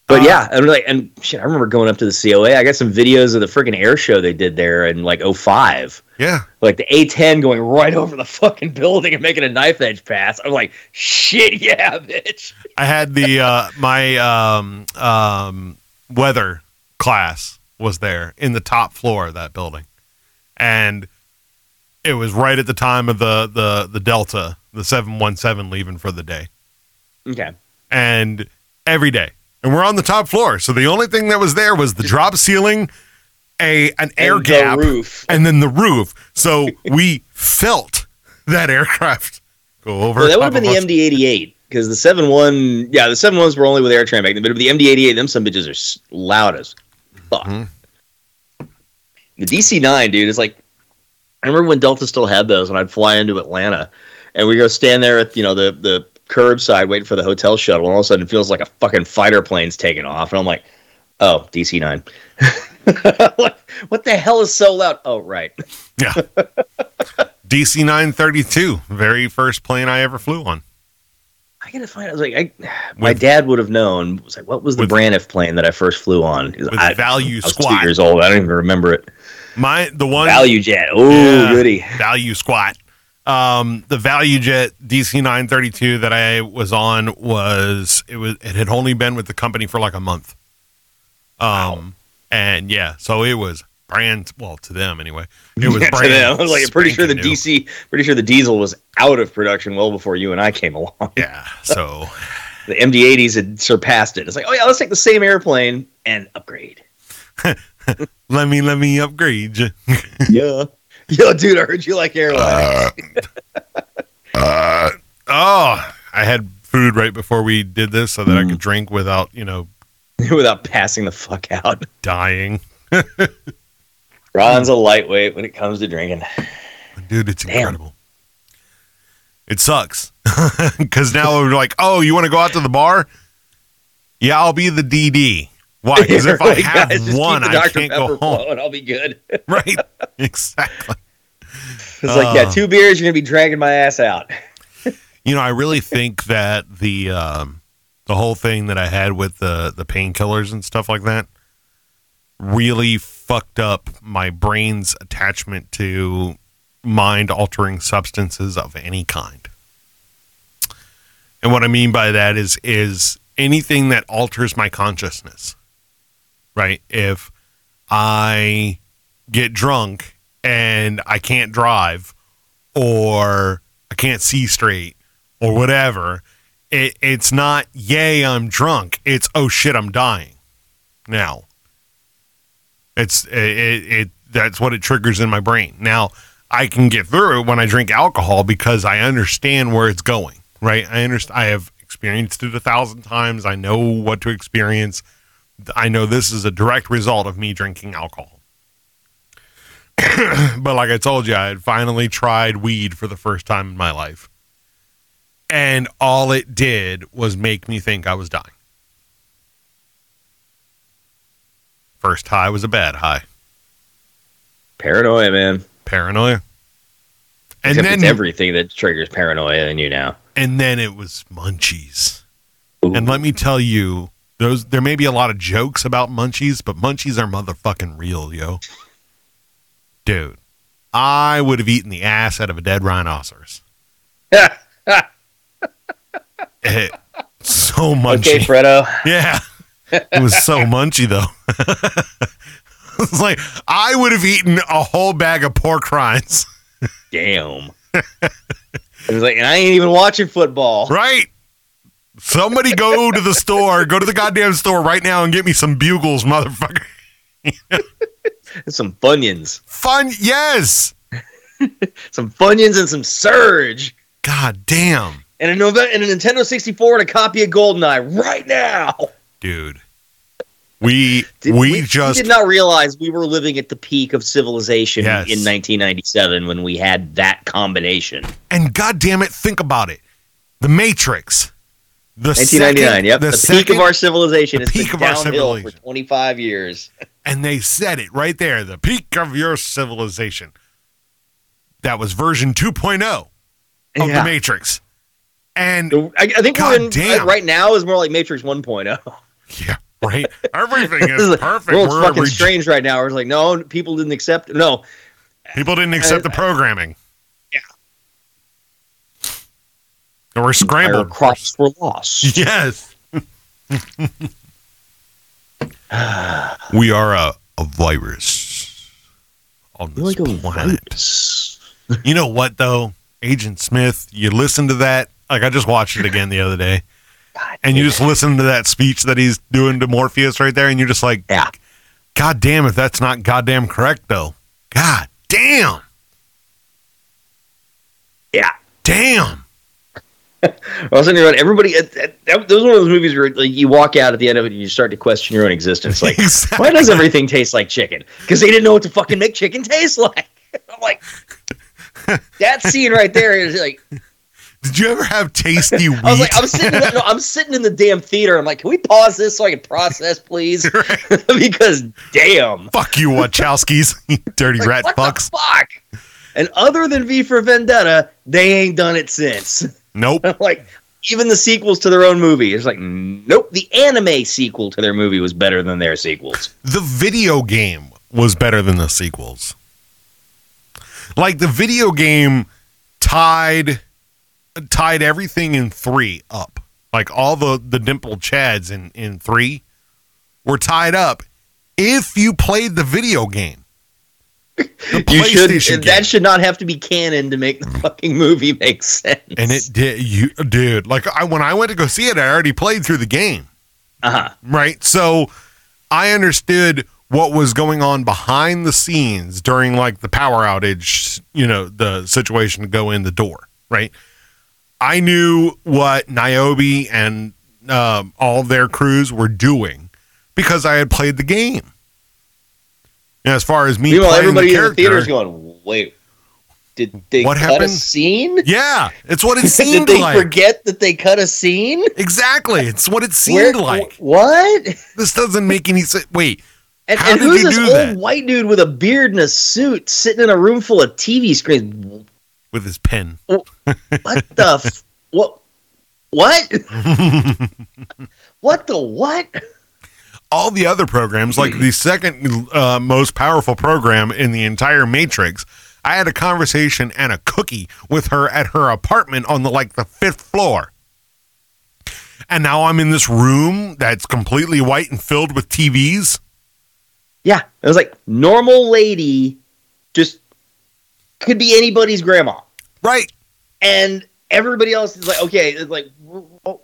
But
Uh,
yeah, and like and shit, I remember going up to the COA. I got some videos of the freaking air show they did there in like 05.
Yeah,
Like the A10 going right over the fucking building and making a knife edge pass. I'm like, shit, yeah, bitch.
I had the uh, my um, um, weather class was there in the top floor of that building, and it was right at the time of the the the Delta, the seven one seven leaving for the day,
Okay,
and every day, and we're on the top floor, so the only thing that was there was the drop ceiling, a an air
And the
gap,
roof.
and then the roof. So we felt that aircraft go over.
Well, that would
top
have been
of
the
us.
MD88 because the seven one, yeah, the seven ones were only with Airtran back then, but the MD88, them some bitches are s- loud as fuck.
Mhm.
The DC9, dude, is like, I remember when Delta still had those, and I'd fly into Atlanta, and we go stand there at you know the the curbside waiting for the hotel shuttle, and all of a sudden it feels like a fucking fighter plane's taking off, and I'm like, Oh, DC nine. what, what the hell is so loud? Oh, right.
Yeah. DC 932, very first plane I ever flew on.
I gotta find. I was like, I, my
With-
dad would have known. Was like, what was the
With-
Braniff plane that I first flew on? 'Cause
With
I,
value
I was
squat.
two years old. I don't even remember it.
My the one
Value jet. Oh,
Yeah.
goody.
value squat. Um, the value jet DC 932 that I was on was it was it had only been with the company for like a month. Um, and yeah, so it was brand well to them anyway. It was
Yeah, to
brand.
them. I was like, I'm pretty sure the
spanking new.
DC, pretty sure the diesel was out of production well before you and I came along.
Yeah, so
The MD80s had surpassed it. It's like, oh yeah, let's take the same airplane and upgrade.
let me let me upgrade. you.
yeah. Yo, dude, I heard you like airlines.
Uh, oh, I had food right before we did this so that
Mm.
I could drink without you know
without passing the fuck out.
dying.
Ron's a lightweight when it comes to drinking.
dude it's
Damn.
incredible it sucks because now we're like oh you want to go out to the bar yeah i'll be the dd why because if i
Right,
have
guys, just keep
one
the
i
Dr.
can't go
Pepper
home
flowing, I'll be good.
right exactly
It's like, yeah,
Uh.
two beers, you're gonna be dragging my ass out.
you know i really think that the um the whole thing that i had with the the painkillers and stuff like that really fucked up my brain's attachment to mind altering substances of any kind. And what I mean by that is is anything that alters my consciousness. Right? If I get drunk and I can't drive or I can't see straight or whatever, it, it's not yay I'm drunk. It's oh shit I'm dying. Now, it's it, it, it that's what it triggers in my brain. Now I can get through it when I drink alcohol because I understand where it's going. Right? I understand. I have experienced it a thousand times. I know what to experience. I know this is a direct result of me drinking alcohol. but like I told you, I had finally tried weed for the first time in my life. And all it did was make me think I was dying. First high was a bad high.
Paranoia, man.
paranoia. And
Except
then,
it's everything that triggers paranoia in you now.
and then it was munchies.
Ooh.
And let me tell you, those there may be a lot of jokes about munchies, but munchies are motherfucking real, yo. Dude, I would have eaten the ass out of a dead rhinoceros. Eh, so munchy.
okay, Fredo.
Yeah. It was so munchy though. it's like I would have eaten a whole bag of pork rinds.
Damn. it was like, and I ain't even watching football.
Right. Somebody go to the store, go to the goddamn store right now and get me some bugles, motherfucker.
Some funyuns.
Fun, yes.
Some funyuns and some surge.
God damn,
And a Nove- and a Nintendo 64 and a copy of Goldeneye right now.
dude. We
Did-
we, just
did not realize we were living at the peak of civilization
Yes.
in 1997 when we had that combination.
and god damn it, think about it. The Matrix. The
1999.
second-
yep,
The,
the, peak
second-
of our civilization.
the
It's
peak
been
of our
downhill for
civilization.
25 years.
and they said it right there, the peak of your civilization. That was version 2.0 of the Matrix. And
I, I think
God
we're in,
damn.
right now is more like Matrix 1.0.
yeah, right? Everything
This is
is
like,
perfect.
World's
We're
fucking
rege-
strange right now. It's like, no, people didn't accept. No,
People didn't accept the programming.
Uh, Yeah.
They We're
our
scrambled.
crops were lost.
Yes. we are a, a virus on this
Like a
planet.
virus.
You know what though? Agent Smith, you listen to that. Like I just watched it again the other day.
God
And you
damn
just listen to that speech that he's doing to Morpheus right there, and you're just like,
Yeah.
God damn if that's not goddamn correct though. God damn.
Yeah.
Damn.
it. I was thinking about everybody. At, at, that, those are one of those movies where like, you walk out at the end of it and you start to question your own existence. Like,
Exactly.
why does everything taste like chicken? Because they didn't know what to fucking make chicken taste like. I'm like, that scene right there is like,
Did you ever have tasty wheat?
I was like, oh. I'm sitting, no, I'm sitting in the damn theater. I'm like, can we pause this so I can process, please? because damn,
Fuck you, Wachowskis, you dirty
Like,
rat
what
fucks.
the fuck? And other than V for Vendetta, they ain't done it since.
Nope.
like even the sequels to their own movie, it's like nope. The anime sequel to their movie was better than their sequels.
The video game was better than the sequels. Like the video game tied tied everything in three up. Like all the the dimpled chads in in three were tied up. If you played the video game, the
You should.
PlayStation game.
That should not have to be canon to make the fucking movie make sense.
and it did you dude like I when I went to go see it I already played through the game
uh-huh.
right? So I understood what was going on behind the scenes during like the power outage, you know, the situation to go in the door, right? I knew what Niobe and um, all their crews were doing because I had played the game. And as far as me
Meanwhile,
playing
everybody
the
in the
character,
theater is going, wait, did they
What
cut a
happened?
scene?
yeah, it's what it
did
seemed
they
like.
forget that they cut a scene?
Exactly, it's what it seemed
Where-
like.
What?
This doesn't make any sense. Wait,
And,
How
and
did
who's
you
this
do
old
that?
white dude with a beard and a suit sitting in a room full of TV screens?
with his pen.
What the f- what? What? what the what?
all the other programs, like the second uh, most powerful program in the entire Matrix, I had a conversation and a cookie with her at her apartment on the like the fifth floor. And now I'm in this room that's completely white and filled with TVs.
Yeah, it was like normal lady, just could be anybody's grandma,
Right.
and everybody else is like, okay, it's like, w- w-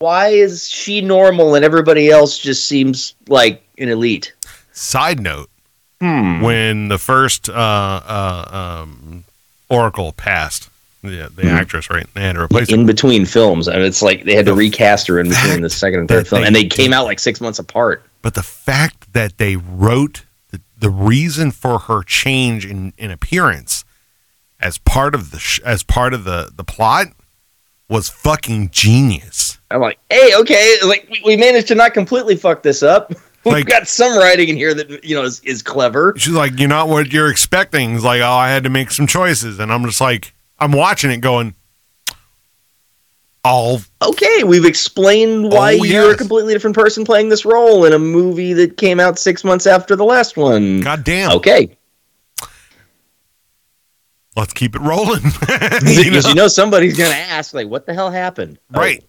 why is she normal and everybody else just seems like an elite?
Side note:
Hmm.
Hmm. When the first uh, uh, um, Oracle passed, the, the actress, right, they had to replace her.
in between films. and it's like they had to recast her in between the
fact
second and third
that
film,
they
and they
did-
came out like six months apart.
but the fact that they wrote the, the reason for her change in, in appearance as part of the sh- as part of the the plot was fucking genius.
I'm like, hey, okay, like we, we managed to not completely fuck this up. We've
Like-
got some writing in here that you know is, is clever.
She's like, "You're not what you're expecting." It's like, "Oh, I had to make some choices," and I'm just like, I'm watching it going, "All
Okay, we've explained why
Oh,
you're a
yes.
completely different person playing this role in a movie that came out six months after the last one.
goddamn,
Okay,
let's keep it rolling."
because
You know?
you know somebody's gonna ask, like, what the hell happened?
uh,
Oh,
Right.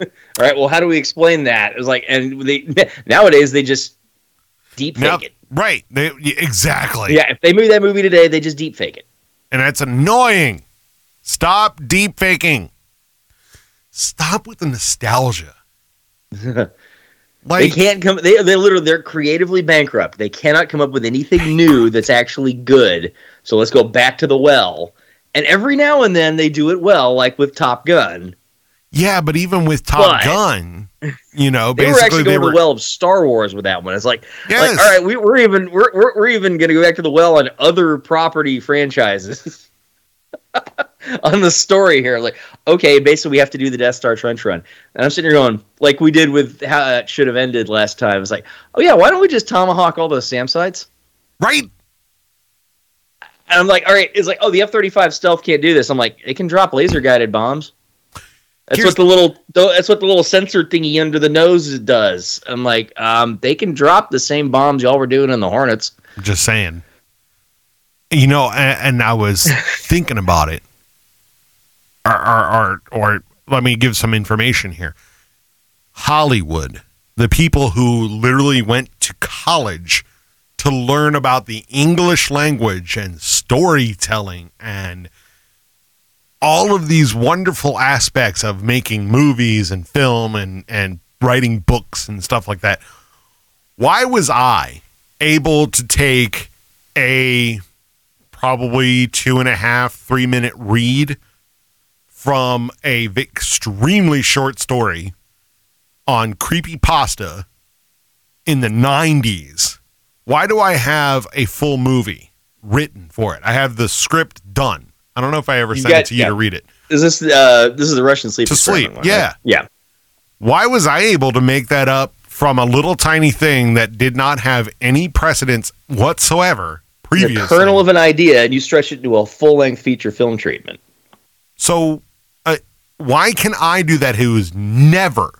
All right. Well, how do we explain that? It's like, and they nowadays they just deep
Now-
fake it.
right? They, yeah, exactly.
Yeah, if they made that movie today, they just deep fake it.
and that's annoying. Stop deep faking. Stop with the nostalgia.
They
like
can't come. They they literally they're creatively bankrupt. They cannot come up with anything new that's actually good. So let's go back to the well. And every now and then they do it well, like with Top Gun.
yeah, but even with Top
But-
Gun, you know,
They were
basically
actually
they
going to
were
the well of Star Wars with that one. It's like,
yes,
like all right, we, we're even we're, we're, we're even going to go back to the well on other property franchises. on the story here, like okay, basically we have to do the Death Star trench run, and I'm sitting here going like we did with how it should have ended last time. It's like, oh yeah, why don't we just tomahawk all those SAM sites?
right.
And I'm like, all right, it's like, oh, the F 35 stealth can't do this. I'm like, it can drop laser guided bombs. That's
Here's-
what the little that's what the little sensor thingy under the nose does. I'm like, um, they can drop the same bombs y'all were doing in the Hornets.
Just saying. You know, and, and I was thinking about it. Or, or, or, or let me give some information here. Hollywood, the people who literally went to college to learn about the English language and storytelling and all of these wonderful aspects of making movies and film and, and writing books and stuff like that. Why was I? able to take a probably two and a half, three minute read from a v- extremely short story on creepy pasta in the 90s. Why do I have a full movie written for it? I have the script done. I don't know if I ever
You
sent
got-
it to you
yeah.
to read it.
Is this uh this is the Russian sleep?
To
experiment
sleep,
one,
yeah.
right? Yeah.
Why was I able to make that up from a little tiny thing that did not have any precedence whatsoever previously?
The kernel of an idea and you stretch it into a full length feature film treatment.
so, uh, why can I do that who has never,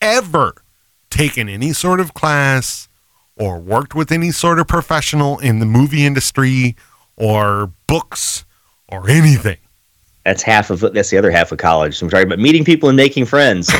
ever taken any sort of class or worked with any sort of professional in the movie industry or books or anything?
That's half of that's the other half of college. So I'm talking about meeting people and making friends,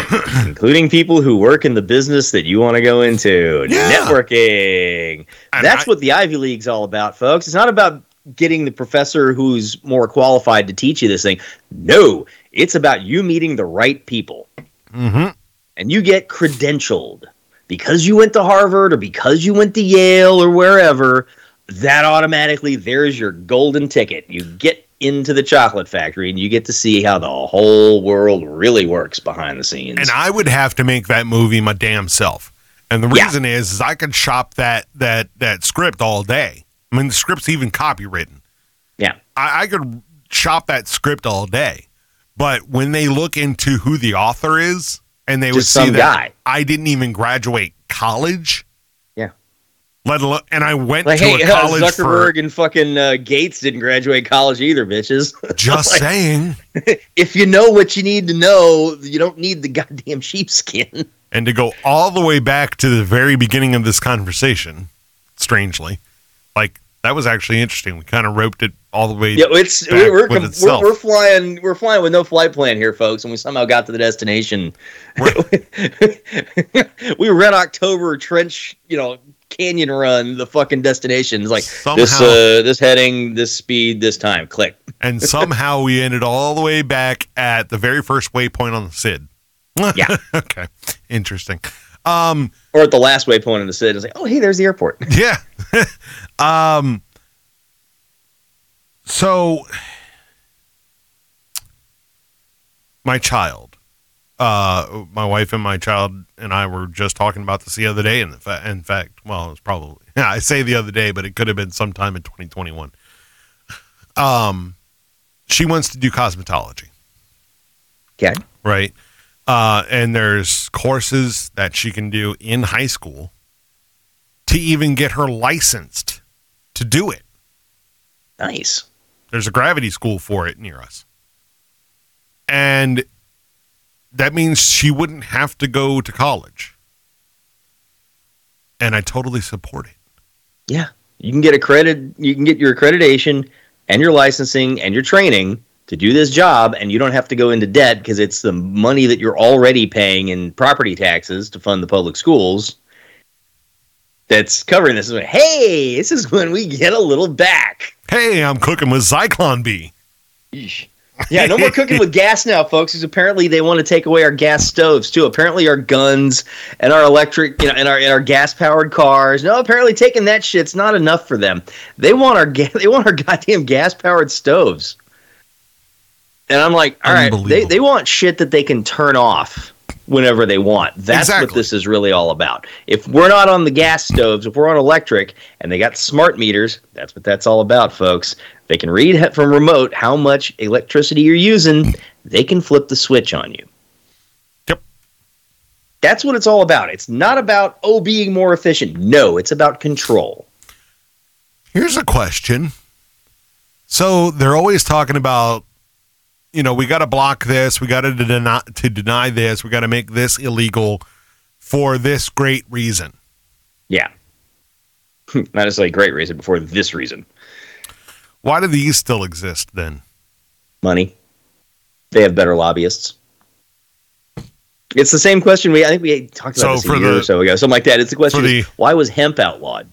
including people who work in the business that you want to go into.
Yeah.
Networking.
And
that's
I-
what the Ivy League's all about, folks. It's not about getting the professor who's more qualified to teach you this thing. No, it's about you meeting the right people.
Mhm.
and you get credentialed because you went to Harvard or because you went to Yale or wherever, that automatically there's your golden ticket. You get into the chocolate factory and you get to see how the whole world really works behind the scenes.
and I would have to make that movie my damn self. And the
Yeah.
reason is, is I could shop that that that script all day. I mean, the script's even copywritten.
yeah.
I, I could shop that script all day, but when they look into who the author is, and they would
Just
see
some
that
guy.
I didn't even graduate college.
Yeah.
Let alone, and I went
Like,
to
hey,
a
uh,
college
Zuckerberg and fucking uh, Gates didn't graduate college either, bitches.
for just
like-
saying,
if you know what you need to know, you don't need the goddamn sheepskin.
and to go all the way back to the very beginning of this conversation. Strangely, like that was actually interesting. We kind of roped it all the way.
Yeah, it's
back
we're we're,
with
com- we're
itself.
we're flying we're flying with no flight plan here, folks, and we somehow got to the destination. we ran October Trench, you know, Canyon Run, the fucking destination. It's like this
Somehow.
uh, this heading, this speed, this time. Click.
and somehow we ended all the way back at the very first waypoint on the Sid.
Yeah.
okay. Interesting. Um,
Or at the last waypoint in the city, it's like, oh hey, there's the airport.
yeah. um, so my child, uh, my wife and my child and I were just talking about this the other day. And the fa- in fact, well, it was probably, yeah, I say the other day, but it could have been sometime in 2021. Um, she wants to do cosmetology.
Okay.
right? Uh, and there's courses that she can do in high school to even get her licensed to do it.
Nice.
There's a gravity school for it near us. And that means she wouldn't have to go to college. And I totally support it.
Yeah. You can get accredited you can get your accreditation and your licensing and your training to do this job and you don't have to go into debt because it's the money that you're already paying in property taxes to fund the public schools that's covering this. It's like, Hey, this is when we get a little back.
Hey, I'm cooking with Zyklon B.
Yeah, no more cooking with gas now, folks, because apparently they want to take away our gas stoves too. Apparently our guns and our electric, you know, and our and our gas powered cars. No, apparently taking that shit's not enough for them. They want our ga- they want our goddamn gas powered stoves. And I'm like, all right, they,
Unbelievable.
they want shit that they can turn off whenever they want. That's what
Exactly.
this is really all about. If we're not on the gas stoves, if we're on electric, and they got smart meters, that's what that's all about, folks. They can read he- from remote how much electricity you're using. They can flip the switch on you.
Yep.
That's what it's all about. It's not about oh being more efficient. No, it's about control.
Here's a question. So they're always talking about, you know, we got to block this, we got to deny to deny this, we got to make this illegal for this great reason.
Yeah. not necessarily a great reason, but for this reason,
Why do these still exist then?
money. They have better lobbyists. It's the same question we I think we talked about
So
this a
for
year
the-
or so ago, something like that. It's the question:
for
is,
the-
Why was hemp outlawed?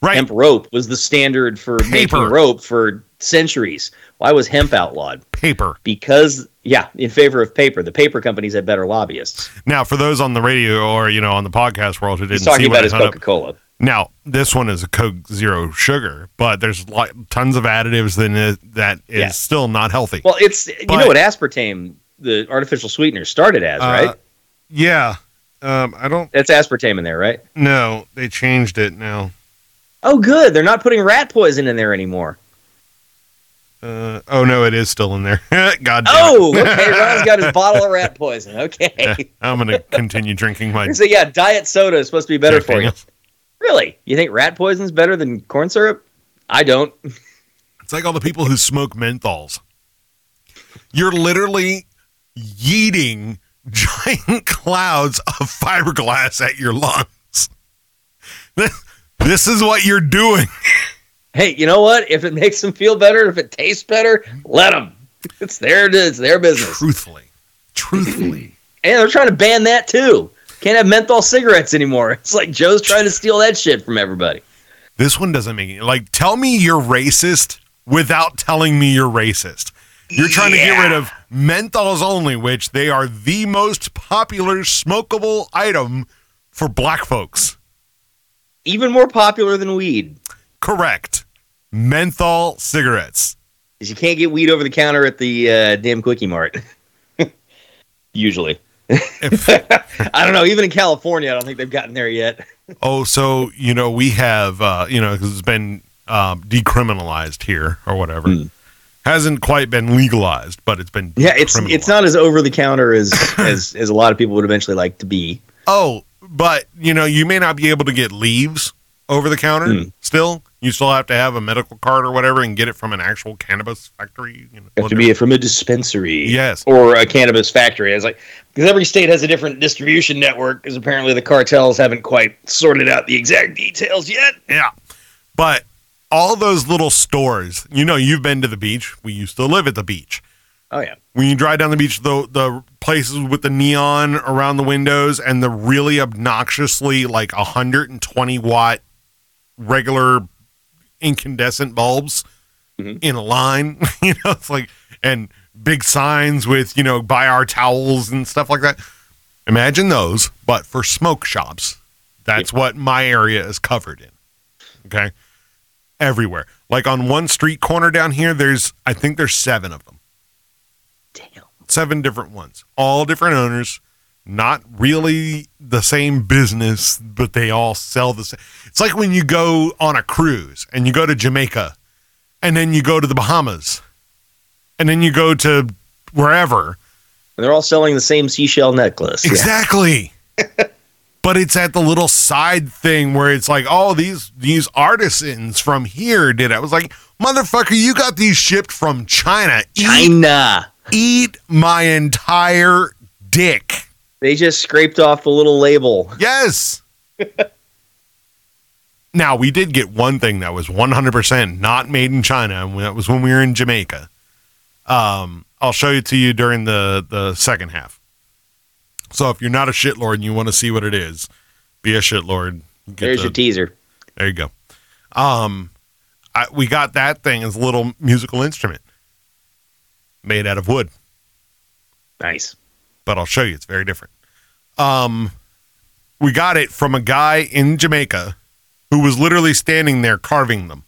Right.
Hemp rope was the standard for making
Paper.
rope for centuries. Why was hemp outlawed?
Paper.
because yeah, in favor of paper. The paper companies had better lobbyists.
Now, for those on the radio or, you know, on the podcast world who didn't
He's talking
see what
about
I
his
hung up-
Coca Cola.
Now, this one is a Coke Zero sugar, but there's li tons of additives in it that is
Yeah.
still not healthy.
Well, it's you
But-
know what aspartame, the artificial sweetener, started as,
Uh,
right?
yeah. Um, I don't
That's aspartame in there, right?
know. They changed it now.
Oh, good. They're not putting rat poison in there anymore.
Uh, oh no, it is still in there. God damn. it.
Oh, okay. Ron's got his bottle of rat poison. Okay.
I'm gonna continue drinking my.
So yeah, diet soda is supposed to be better
Jack
for you.
Daniels.
Really? You think rat poison's better than corn syrup? I don't.
It's like all the people who smoke menthols. You're literally yeeting giant clouds of fiberglass at your lungs. This- This is what you're doing.
Hey, you know what? If it makes them feel better, if it tastes better, let them. It's their it's their business.
Truthfully, truthfully,
And they're trying to ban that too. Can't have menthol cigarettes anymore. It's like Joe's trying to steal that shit from everybody.
this one doesn't make it. Like, tell me you're racist without telling me you're racist. You're trying to get rid of menthols only, which they are the most popular smokable item for black folks.
Even more popular than weed.
Correct. Menthol cigarettes.
'Cause you can't get weed over the counter at the uh, damn quickie mart. Usually.
If-
I don't know. Even in California, I don't think they've gotten there yet.
oh, so you know we have uh, you know 'cause it's been um, decriminalized here or whatever.
Hmm.
Hasn't quite been legalized, but it's been
Yeah, it's
decriminalized.
it's not as over the counter as as as a lot of people would eventually like to be.
Oh, but you know, you may not be able to get leaves over the counter
Hmm.
still. You still have to have a medical card or whatever and get it from an actual cannabis factory. You know,
Have to be from a dispensary,
Yes.
or a cannabis factory. It's like because every state has a different distribution network. Because apparently the cartels haven't quite sorted out the exact details yet.
yeah. But all those little stores, you know, you've been to the beach. We used to live at the beach.
Oh yeah,
When you drive down the beach, the the places with the neon around the windows and the really obnoxiously like 120 watt regular incandescent bulbs
Mhm.
in a line. you know, it's like and big signs with you know buy our towels and stuff like that. Imagine those, but for smoke shops. That's what my area is covered in. Okay, everywhere. Like on one street corner down here, there's I think there's seven of them.
Damn.
Seven different ones, all different owners, not really the same business, but they all sell the same. It's like when you go on a cruise and you go to Jamaica and then you go to the Bahamas and then you go to wherever.
and they're all selling the same seashell necklace. Yeah.
Exactly. but it's at the little side thing where it's like, oh, these these artisans from here did it. I was like, motherfucker, you got these shipped from China. Eat,
China.
eat my entire dick.
They just scraped off the little label.
Yes. now we did get one thing that was 100% not made in China, and that was when we were in Jamaica. Um, I'll show it to you during the the second half. So if you're not a shitlord and you want to see what it is, be a shitlord. Get
There's
the-
your teaser.
there you go. Um, I, we got that thing as a little musical instrument made out of wood
Nice.
but I'll show you. It's very different. Um, we got it from a guy in Jamaica who was literally standing there carving them.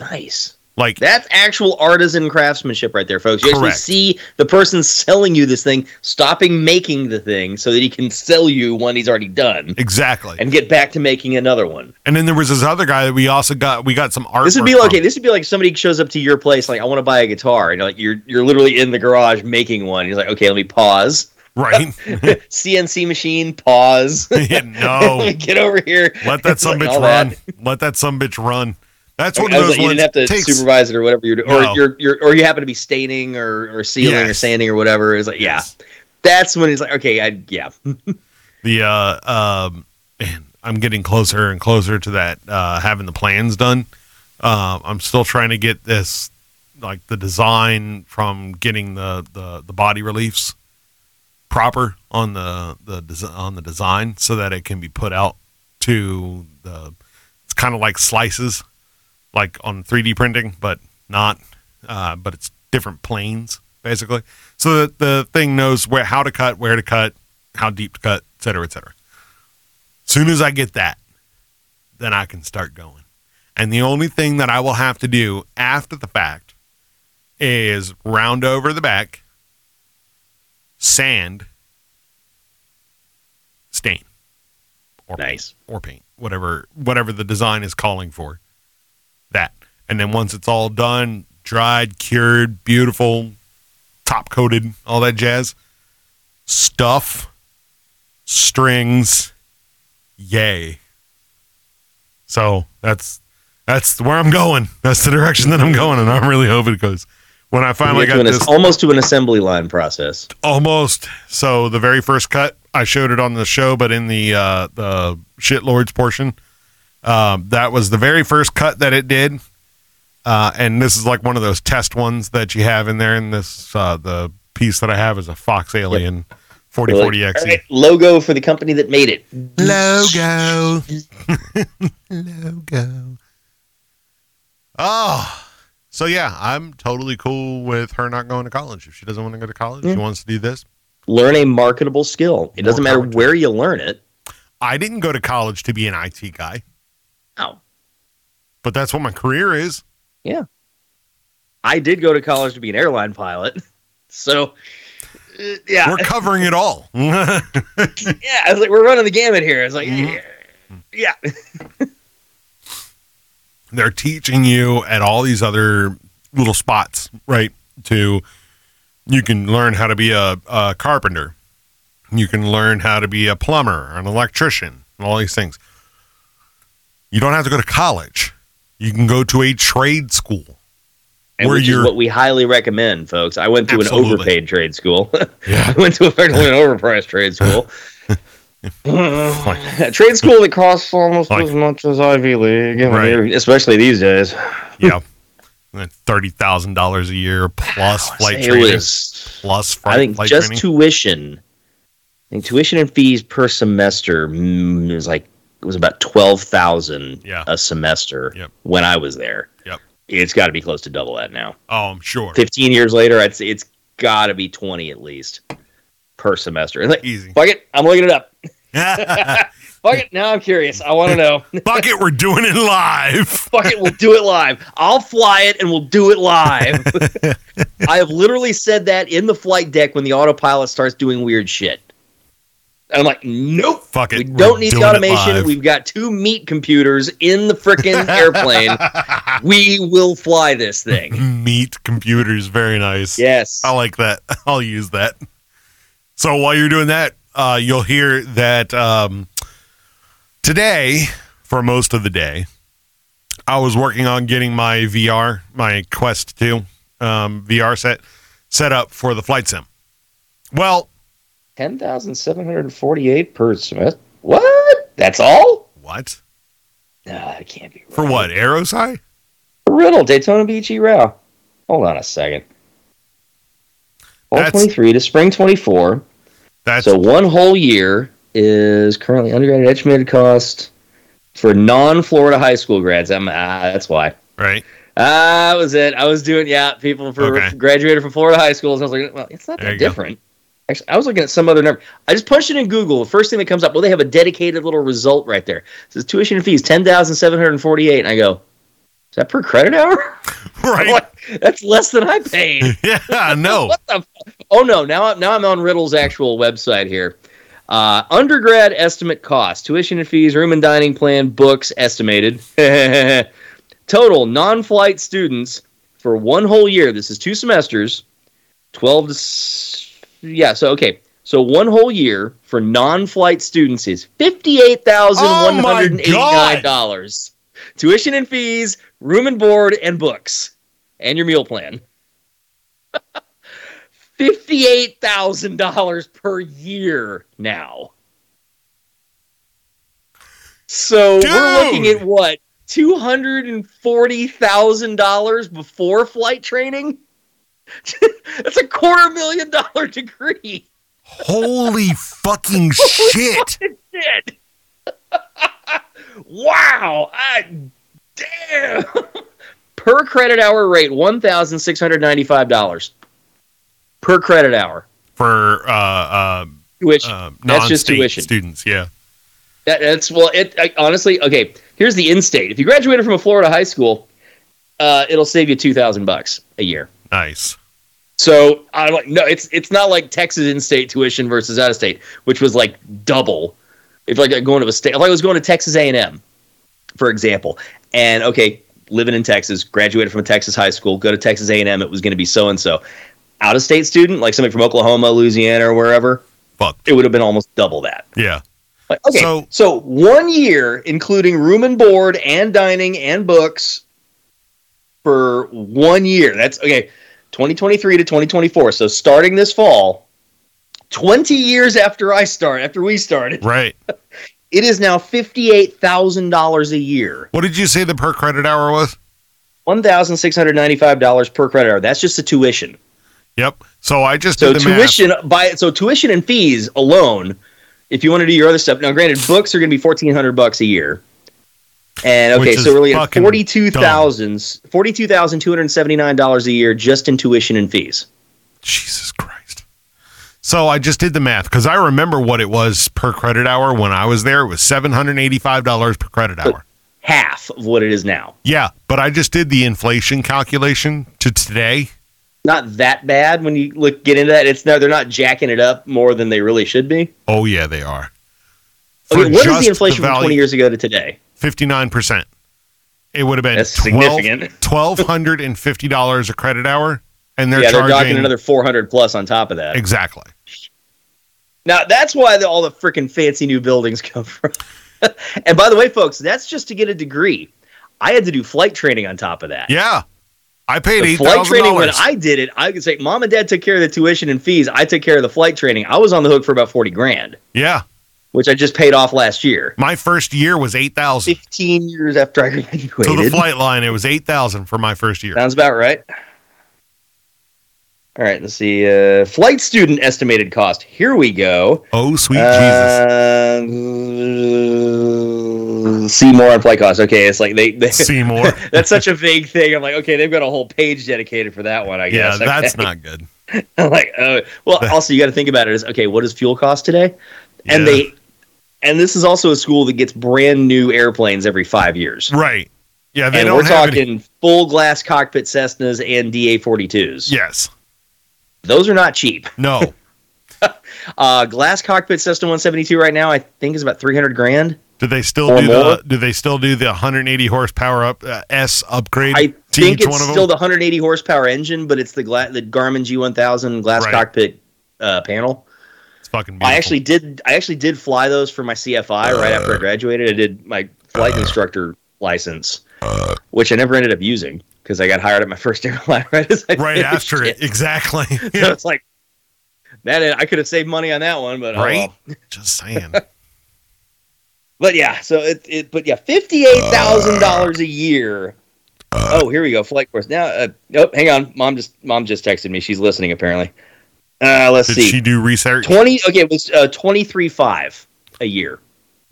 Nice.
Like,
That's actual artisan craftsmanship right there, folks. You
Correct.
actually see the person selling you this thing stopping making the thing so that he can sell you one he's already done
exactly. And,
and get back to making another one.
then there was this other guy that we also got, we got some art.
This would be like this would be like somebody shows up to your place like I want to buy a guitar and like you're you're literally in the garage making one. He's like, "Okay, let me pause.
right?
CNC machine, pause. Let
no,
me get over here."
Oh. let that
It's
some
like
bitch
all
run. Let that some bitch run. That's one
I
of those
was like, you
ones.
didn't have to
takes-
supervise it or whatever you're doing,
No.
or you're, you're or you happen to be staining or, or sealing or
Yes.
sanding or whatever. It's like, yeah,
Yes.
that's when it's like, okay, I yeah,
the uh um man, I'm getting closer and closer to that uh having the plans done. Um I'm still trying to get this like the design from getting the the, the body reliefs proper on the the desi- on the design so that it can be put out to the it's kind of like slices like on 3D printing but not uh but it's different planes basically so that the thing knows where how to cut, where to cut, how deep to cut, et cetera, et cetera. Soon as I get that, then I can start going. And the only thing that I will have to do after the fact is round over the back, sand, stain, or paint,
nice.
or paint, whatever whatever the design is calling for. That, and then once it's all done, dried, cured, beautiful, top coated, all that jazz. Stuff, strings, yay. So that's that's where I'm going. That's the direction that I'm going, and I'm really hoping it goes. When I finally
We're
got
doing
this
this almost to an assembly line process.
almost so the very first cut i showed it on the show but in the uh the shitlords portion um that was the very first cut that it did uh and this is like one of those test ones that you have in there and this uh the piece that i have is a fox alien
We're like,
4040xe
"All right, logo for the company that made it.
logo logo oh so yeah i'm totally cool with her not going to college if she doesn't want to go to college
Yeah.
she wants to do this
Learn a marketable skill. It doesn't matter
Marketable.
where you learn it.
I didn't go to college to be an IT guy,
Oh,
but that's what my career is.
I did go to college to be an airline pilot. So, uh, yeah,
We're covering it all.
yeah. I was like, we're running the gamut here. I was like,
Mhm.
yeah, yeah.
They're teaching you at all these other little spots, right? To you can learn how to be a, a carpenter, you can learn how to be a plumber, an electrician, and all these things. You don't have to go to college. You can go to a trade school.
And
Where
which
you're-
is what we highly recommend, folks. I went to
Absolutely.
an overpaid trade school.
Yeah.
I went to effectively an overpriced trade school. a trade school that costs almost
Like-
as much as Ivy League.
Right.
especially these days.
yeah. And $30,000 a year plus flight
It
training.
was-
Plus flight,
I think
flight
just
training.
tuition. I think tuition and fees per semester mm, was like it was about twelve thousand
Yeah.
a semester
Yep.
when I was there.
Yep.
It's got to be close to double that now.
oh, I'm sure.
Fifteen years later, I'd say it's got to be twenty at least per semester. And like,
Easy.
fuck it, I'm looking it up. Fuck it, now I'm curious. I want to know.
Bucket, we're doing it live.
Fuck it, we'll do it live. I'll fly it and we'll do it live. I have literally said that in the flight deck when the autopilot starts doing weird shit. And I'm like, nope.
Fuck it.
We
we're
don't need the
doing it
automation.
live.
We've got two meat computers in the frickin' airplane. We will fly this thing.
Meet computers. Very nice.
Yes.
I like that. I'll use that. So while you're doing that, uh, you'll hear that um, today, for most of the day, I was working on getting my VR, my Quest 2 um, VR set, set up for the flight sim. Well,
10,748 per Smith. What? That's all?
what?
No, that can't be right.
For what? Aerosci?
Riddle, Daytona Beach E-Rail. Hold on a second. Fall
That's-
23 to spring 24.
That's
so one whole year is currently undergraduate educated cost for non-Florida high school grads. I'm, ah, that's why.
right.
Ah, that was it. I was doing, yeah, people for
Okay.
graduated from Florida high schools. I was like, well, it's not
There you
that
go.
different. Actually, I was looking at some other number. I just punched it in Google. The first thing that comes up, well, they have a dedicated little result right there. It says tuition and fees, 10748 And I go, is that per credit hour? I'm
Right.
like, that's less than I paid.
Yeah, no.
What the? F- oh no! Now, now I'm on Riddle's actual website here. Uh, undergrad estimate cost: tuition and fees, room and dining plan, books estimated. Total non-flight students for one whole year. This is two semesters, twelve to s- yeah. So okay, so one whole year for non-flight students is fifty-eight thousand one hundred and eighty-nine dollars. Tuition and fees, room and board, and books, and your meal plan. Fifty-eight thousand dollars per year now. So we're looking
Dude!
at what two hundred and forty thousand dollars before flight training. That's a quarter million dollar degree.
Holy fucking shit.
Shit. wow. I, damn. per credit hour rate, $1,695. Per credit hour.
For uh, uh,
Which
uh,
That's just
non-state
tuition.
students, yeah.
that, that's, well, it I, honestly, okay, here's the in state. If you graduated from a Florida high school, uh, it'll save you 2000 bucks a year.
Nice.
So I'm like, no, it's it's not like Texas in-state tuition versus out-of-state, which was like double. If like going to a state, if I was going to Texas A&M, for example, and okay, living in Texas, graduated from a Texas high school, go to Texas A&M, it was going to be so and so. Out of state student, like somebody from Oklahoma, Louisiana, or wherever,
Fucked.
it would have been almost double that.
Yeah.
Like, okay,
So-
so, one year, including room and board and dining and books, for one year. That's okay, 2023 to 2024. So starting this fall, 20 years after I start, after we started,
Right.
it is now $58,000 a year.
What did you say the per credit hour was?
$1,695 per credit hour. That's just the tuition.
Yep. So I just
So
did the math.
tuition by so tuition and fees alone, if you want to do your other stuff. Now, granted, books are going to be fourteen hundred bucks a year, and
Which
okay,
is
so really
fucking
forty two thousand forty two thousand two hundred seventy nine dollars a year just in tuition and fees.
Jesus Christ. So I just did the math because I remember what it was per credit hour when I was there. It was seven hundred eighty-five dollars per credit hour.
Half of what it is now.
Yeah, but I just did the inflation calculation to today.
Not that bad when you look get into that. It's no, they're not jacking it up more than they really should be.
Oh yeah, they are.
Okay, what is
just
the inflation from
value-
twenty years ago to today?
59%. It would have been
That's
12
significant.
$1,250 a credit hour. And they're
yeah, they're
charging
docking another four hundred plus on top of that.
Exactly.
Now that's why the, all the freaking fancy new buildings come from. and by the way, folks, that's just to get a degree. I had to do flight training on top of that.
Yeah. I paid
The
eight
flight
thousand
training when
dollars.
I did it, I could say mom and dad took care of the tuition and fees. I took care of the flight training. I was on the hook for about forty grand,
Yeah,
which I just paid off last year.
my first year was eight thousand.
Fifteen years after I
To the
graduated.
flight line, it was eight thousand for my first year.
Sounds about right. All right, let's see. Uh, flight student estimated cost. Here we go.
Oh sweet Jesus!
Uh, see more on play cost. Okay, it's like they. they
Seymour.
that's such a vague thing. I'm like, okay, they've got a whole page dedicated for that one. I
yeah,
guess. Okay.
that's not good.
I'm like, oh, well. Also, you got to think about it. Is okay. What does fuel cost today? And
Yeah.
they, and this is also a school that gets brand new airplanes every five years.
Right? Yeah, they
and
don't
we're
have any-
talking full glass cockpit Cessnas and DA-42s.
Yes.
Those are not cheap.
No.
Uh, glass cockpit Cessna 172 right now, I think, is about 300 grand.
Do they still
Or
do
more?
the? Do they still do the 180 horsepower up uh, S upgrade?
I
to
think
each
it's
one of
still
them?
the 180 horsepower engine, but it's the gla- the Garmin G1000 glass
Right.
cockpit uh, panel.
It's fucking.
I
beautiful. Uh.
actually did I actually did fly those for my CFI right after I graduated. I did my flight instructor license,
Uh.
which I never ended up using because I got hired at my first airline right as I
right
finished
after it. Exactly.
So
Yeah.
it's like that I could have saved money on that one, but oh
Right?
well.
Just saying.
But yeah, so it, it but yeah, fifty-eight thousand dollars a year.
Uh,
oh, here we go, flight course. Now, uh, oh, hang on, mom just mom just texted me. She's listening apparently. Uh, let's
Did
see,
she do research?
twenty. Okay, it was uh, twenty-three five a year.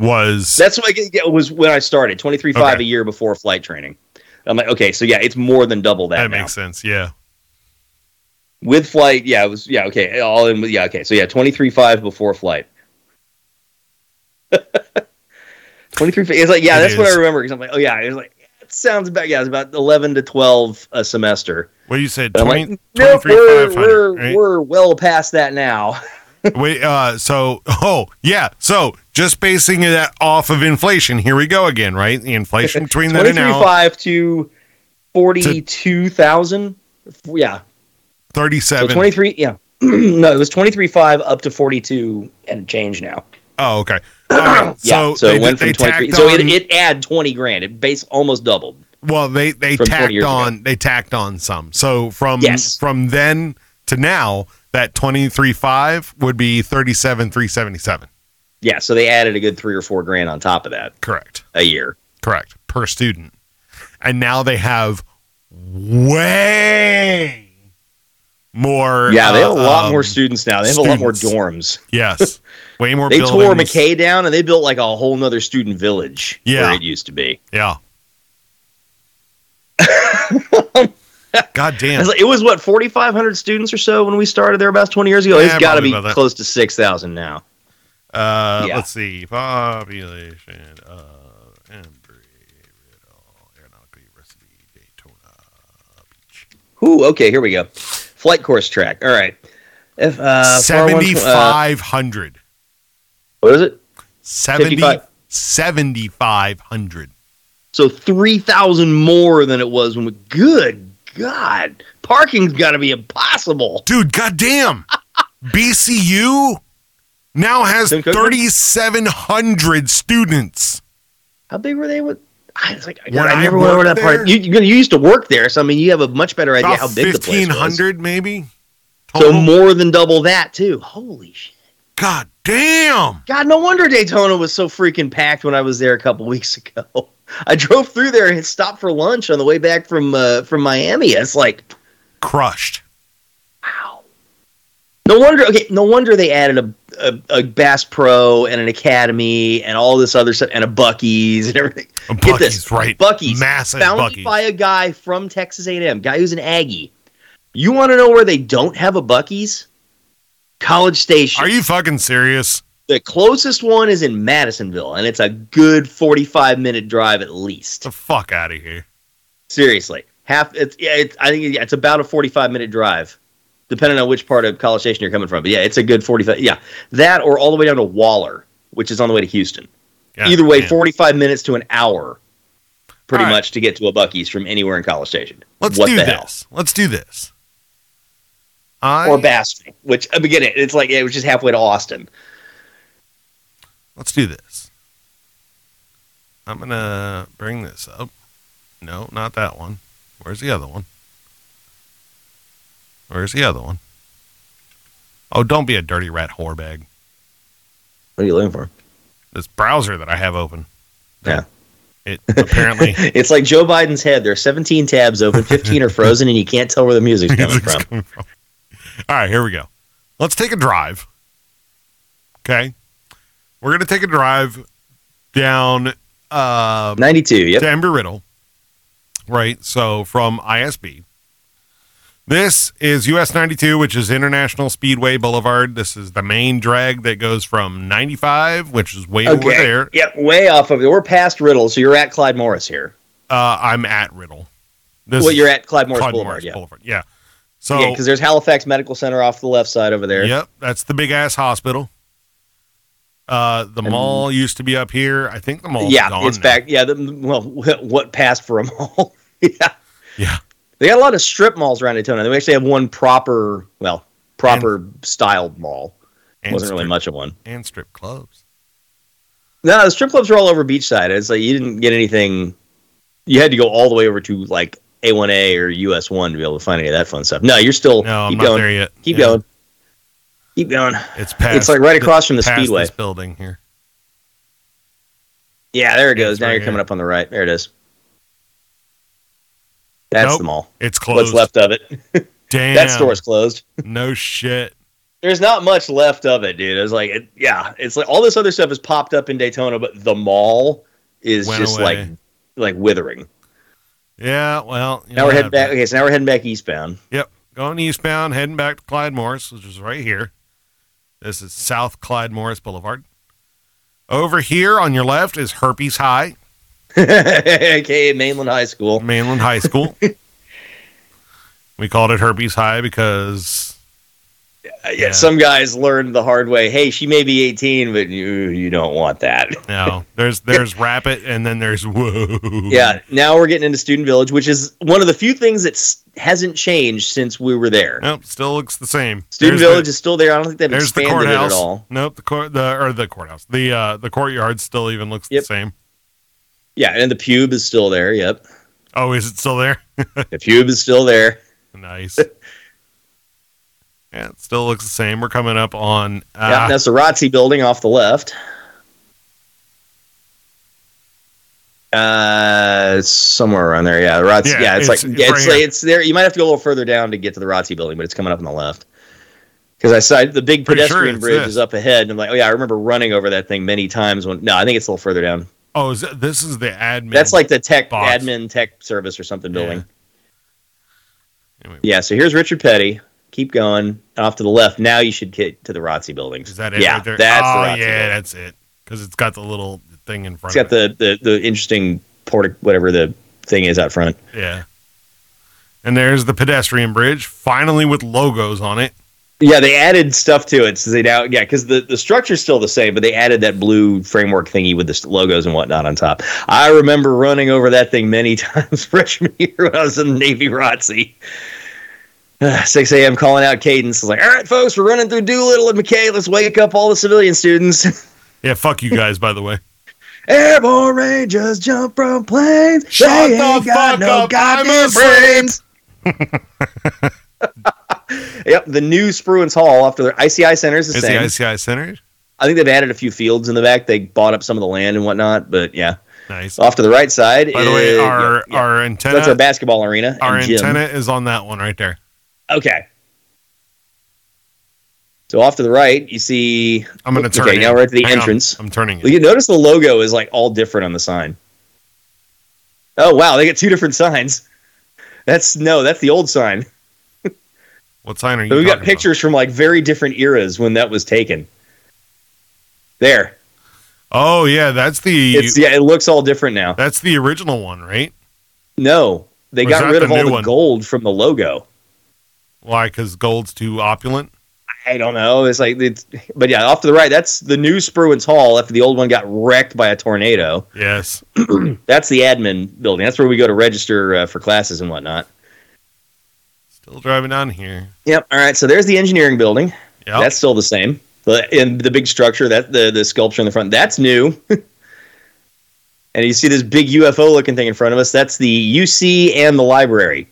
Was
That's what I, get- it was when I started twenty-three five
Okay.
a year before flight training. I'm like, okay, so yeah, it's more than double that,
that
now.
makes sense? Yeah.
with flight. Yeah, it was yeah okay, all in with yeah okay. So yeah, twenty-three five before flight. Twenty-three. It's like yeah,
It
that's what I
is.
remember because I'm like oh yeah, it's like it sounds about yeah, it's about eleven to twelve a semester.
Well, you said
And
20,
I'm like nope, we're
23,500,
we're,
right?
we're well past that now.
Wait, uh, so oh yeah, so just basing it off of inflation. Here we go again, right? The inflation between then and
Twenty-three
now,
five to forty-two thousand. Yeah, so
thirty-seven.
twenty-three. Yeah. no, it was twenty-three five up to forty-two and change now.
oh, okay. All right,
yeah,
so,
so
they,
it went from
they
23
tacked
so it,
on-
it add 20 grand it base almost doubled
well, they they
from 20
tacked
years ago.
on they tacked on some. So from
Yes.
from then to now, that twenty-three five would be thirty-seven three seventy-seven.
yeah so they added a good three or four grand on top of that
Correct.
a year
Correct per student, and now they have way more.
yeah they have a
uh,
lot more
um,
students now they have a lot more dorms
Yes. Way more
they
buildings.
tore mckay down and they built like a whole nother student village
Yeah.
where it used to be
Yeah. God
It's
damn.
like- it was what 4500 students or so when we started there about 20 years ago
Yeah,
it's got to
probably
be
about that.
close to 6000 now
Uh,
Yeah.
Let's see. Population of Embry-Riddle Aeronautical University, Daytona Beach.
Ooh, okay here we go flight course track all right if uh, 401 uh,
7,500.
what is it
70,
55.
7,500.
So 3,000 more than it was when we. Good God. Parking's got to be impossible.
Dude, goddamn. BCU now has
Tim Cookman?
3,700 students.
How big were they? With I was like,
When
God, I
I
never went over
worked
that part. You,
there-
you you used to work there, so I mean, you have a much better idea
About
how big the place was.
1,500 maybe?
So
Total?
more than double that too. Holy shit!
God damn.
God, no wonder Daytona was so freaking packed when I was there a couple weeks ago. I drove through there and stopped for lunch on the way back from uh, from Miami. It's like,
Crushed.
wow. No wonder. Okay, no wonder they added a, a, a Bass Pro and an Academy and all this other stuff and a Bucky's and everything. Get this.
Bucky's, right?
Bucky's
Massive
founded
Bucky's.
by a guy from Texas A&M, guy who's an Aggie. You want to know where they don't have a Bucky's? College Station.
Are you fucking serious?
the closest one is in Madisonville, and it's a good forty-five minute drive at
Get
least.
The fuck out of here.
Seriously, half. It's, yeah, it's, I think it's about a forty-five minute drive, depending on which part of College Station you're coming from. But yeah, it's a good forty-five. Yeah, that or all the way down to Waller, which is on the way to Houston.
Yeah,
Either way,
man.
forty-five minutes to an hour, pretty
All right.
much to get to a Bucky's from anywhere in College Station.
Let's
what
do
the
this.
hell?
Let's do this. I,
or Bastrop, which I begin it. It's like it was just halfway to Austin.
Let's do this. I'm going to bring this up. No, not that one. Where's the other one? Where's the other one? Oh, don't be a dirty rat whore bag.
What are you looking for?
This browser that I have open.
Yeah.
It apparently
It's like Joe Biden's head. There are 17 tabs open, 15 are frozen, and you can't tell where the music's coming
music's
from.
coming from. All right, here we go. Let's take a drive. Okay. We're going to take a drive down uh,
92. Yep.
to Amber Riddle, right? So from ISB. This is US 92, which is International Speedway Boulevard. This is the main drag that goes from 95, which is way over
Okay.
there.
Yep. Way off of it. We're past Riddle, so you're at Clyde Morris here.
Uh, I'm at Riddle. This
Well,
is
you're at Clyde Morris
Todd
Boulevard.
Morris
yeah.
Boulevard. Yeah. So,
Yeah, because there's Halifax Medical Center off the left side over there.
yep, that's the big ass hospital. Uh, the
And-
mall used to be up here. I think the mall.
yeah,
gone
it's
now.
back. Yeah, the, well, wh- what passed for a mall? yeah,
Yeah.
They got a lot of strip malls around Daytona. They actually have one proper, well, proper styled mall.
And
Wasn't really
strip-
much of one.
And strip clubs.
No, the strip clubs were all over beachside. It's like you didn't get anything. You had to go all the way over to like A1A or US1 to be able to find any of that fun stuff. No, you're still
No, I'm
keep
not
going.
there yet.
Keep
Yeah,
going. Keep going.
It's past.
it's like right across from the
past
speedway.
this building here.
Yeah, there it
Yeah,
goes.
it's
now
right
you're coming
here.
up on the right. There it is. That's
Nope,
the mall.
It's closed.
What's left of it?
Damn.
That store's closed.
No shit.
There's not much left of it, dude. It's like, it, yeah, it's like all this other stuff has popped up in Daytona, but the mall is
Went
just like
away.
like withering.
Yeah. Well, you
Now
know,
we're heading back.
that-
Okay, so now we're heading back eastbound.
Yep. Going eastbound, heading back to Clyde Morris, which is right here. This is South Clyde Morris Boulevard. Over here on your left is Herpes High,
okay, Mainland High School.
Mainland High School. we called it Herpes High because
Uh,
Yeah.
yeah, some guys learned the hard way. Hey, she may be 18, but you you don't want that.
you know, there's there's Rapid and then there's Whoa.
Yeah, now we're getting into Student Village, which is one of the few things that s- hasn't changed since we were there.
Nope, still looks the same.
Student
There's
Village
the-
is still there. I don't think they've
There's the
expanded it
courthouse.
at all.
Nope, the court the or the courthouse. The uh the courtyard still even looks
Yep.
the same.
Yeah, and the pube is still there. Yep,
Oh, is it still there?
the pube is still there.
Nice. yeah, it still looks the same. We're coming up on
Yeah,
uh,
that's the Rotzi building off the left. Uh, somewhere around there. Yeah, the Rotzi.
Yeah,
Yeah, it's,
it's-
like
it's
yeah,
right
it's, like
here.
it's there. You might have to go a little further down to get to the Rotzi building, but it's coming up on the left. Because I saw the big
Pretty sure
pedestrian
it's
bridge
this.
is up ahead, and I'm like, oh yeah, I remember running over that thing many times. When no, I think it's a little further down.
oh, is that, this is the admin.
That's like the tech
box.
admin tech service or something building.
Anyway,
Yeah. So here's Richard Petty. Keep going off to the left. Now you should get to the Rotzi buildings.
is that it?
Yeah,
right there?
that's the
oh
Rotzi
yeah,
building.
that's it. Because it's got the little thing in front.
It's got
of
the, the, the interesting port, whatever the thing is out front.
it. yeah. And there's the pedestrian bridge, finally with logos on it.
Yeah, they added stuff to it. So they now, yeah, because the, the structure's still the same, but they added that blue framework thingy with the s- logos and whatnot on top. I remember running over that thing many times freshman year when I was in Navy ROTC. 6 a.m. calling out cadence. I was like, all right, folks, we're running through Doolittle and McKay. Let's wake up all the civilian students.
Yeah, fuck you guys, by the way.
Airborne Rangers jump from planes.
Shut
they
the fuck
ain't got no
up, I'm
goddamn
asleep.
brains. yep, the new Spruance Hall after their ICI Center is the
Is
same.
the ICI Center?
I think they've added a few fields in the back. They bought up some of the land and whatnot, but yeah.
Nice.
Off to the right side.
By the way,
is-
our
Oh, yeah,
our
yeah. So that's our
antenna
basketball arena.
our
and gym.
antenna is on that one right there.
Okay. So off to the right, you see.
I'm gonna turn.
Okay,
it.
now we're at the
Hang on.
entrance.
I'm turning
Well,
it.
you notice the logo is like all different on the sign. Oh wow, they got two different signs. That's no, that's the old sign.
What sign are you?
So we got
talking
pictures from like very different eras when that was taken. There,
about? Oh yeah, that's the
it's yeah, it looks all different now.
that's the original one, right?
No, they
Or is
got
that
rid
the
of all
new
the
one?
gold from the logo.
Why? Because gold's too opulent.
I don't know. It's like, it's, but yeah, off to the right, that's the new Spruance Hall after the old one got wrecked by a tornado.
Yes.
That's the admin building. That's where we go to register uh, for classes and whatnot.
Still driving down here.
Yep. All right. So there's the engineering building.
Yeah.
That's still the same. The- And the big structure, that the the sculpture in the front, that's new. and you see this big UFO looking thing in front of us. That's the UC and the library.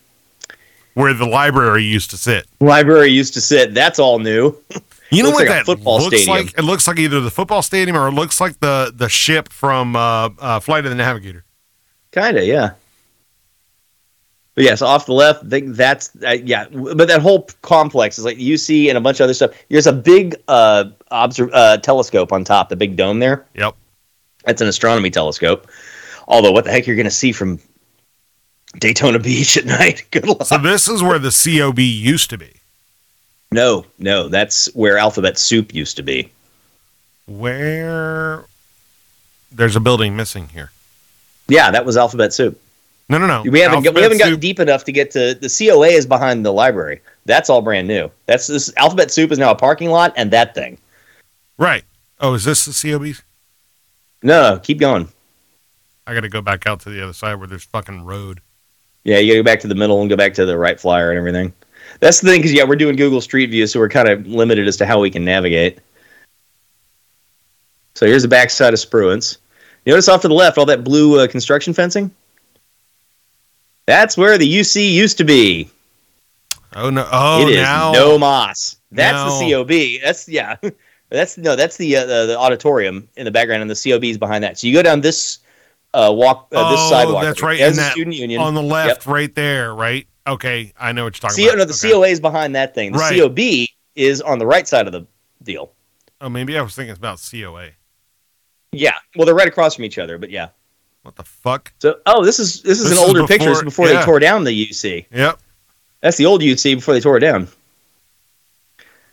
where the library used to sit.
Library used to sit. That's all new.
You know what
Looks like a
that
football
looks
stadium.
like? It looks like either the football stadium or it looks like the the ship from uh, uh, Flight of the Navigator.
Kinda, yeah. But yes, off the left, I think that's uh, yeah. w- But that whole complex is like UC and a bunch of other stuff. There's a big uh, obser- uh telescope on top, the big dome there.
Yep.
That's an astronomy telescope. Although, what the heck you're going to see from Daytona Beach at night? Good luck.
So this is where the COB used to be.
No, no, that's where Alphabet Soup used to be.
Where there's a building missing here.
Yeah, that was Alphabet Soup.
No, no, no.
We haven't got, we
Alphabet
haven't gotten
soup-
deep enough to get to the COA is behind the library. That's all brand new. That's this Alphabet Soup is now a parking lot and that thing.
right. Oh, is this the COB?
No, no, keep going.
I got to go back out to the other side where there's fucking road.
Yeah, you gotta go back to the middle and go back to the right flyer and everything. That's the thing, because yeah, we're doing Google Street View, so we're kind of limited as to how we can navigate. So here's the backside of Spruance. You notice off to the left, all that blue uh, construction fencing. That's where the UC used to be.
Oh no! Oh
it is
now
no moss. That's
Now-
the COB. That's yeah. That's no. That's the uh, the, the auditorium in the background, and the COB is behind that. So you go down this uh, walk, uh, this
Oh,
sidewalk.
that's
over
right,
here.
in
There's the
that-
student union.
on the left, right there, right? Okay, I know what you're talking
CO,
about.
no, the
Okay.
COA is behind that thing. The
Right.
COB is on the right side of the deal.
Oh, maybe I was thinking about COA.
Yeah. Well, they're right across from each other, but yeah.
What the fuck?
So, oh, this is this is
This
an
is
older
before-
picture. It's before
yeah.
they tore down the UC.
Yep.
That's the old UC before they tore it down.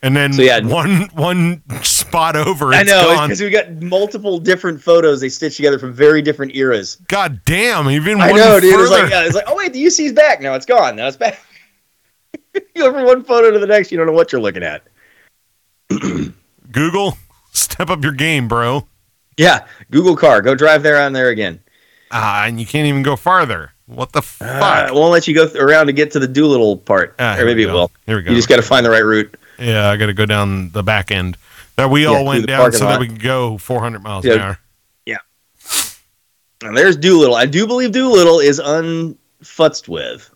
And then
So, yeah.
one one spot over.
I
it's
know
gone.
because we got multiple different photos they stitched together from very different eras.
God damn! Even
I
one
know, dude. It's
further.
like, yeah, it's like, oh wait, the UC's back now. It's gone. Now it's back. you go from one photo to the next, you don't know what you're looking at.
Google, step up your game, bro.
Yeah, Google car, go drive there on there again.
Ah, and you can't even go farther. What the fuck?
Uh, it won't let you go th- around to get to the Doolittle part,
Ah, here
or
we
maybe it
go.
will.
Here we go.
You just got to find the right route.
yeah, I got to go down the back end. That we
Yeah,
all
through
went
the
down
parking
so that
lot.
we could go 400 miles an
Yeah.
hour.
And there's Doolittle. I do believe Doolittle is unfutzed with,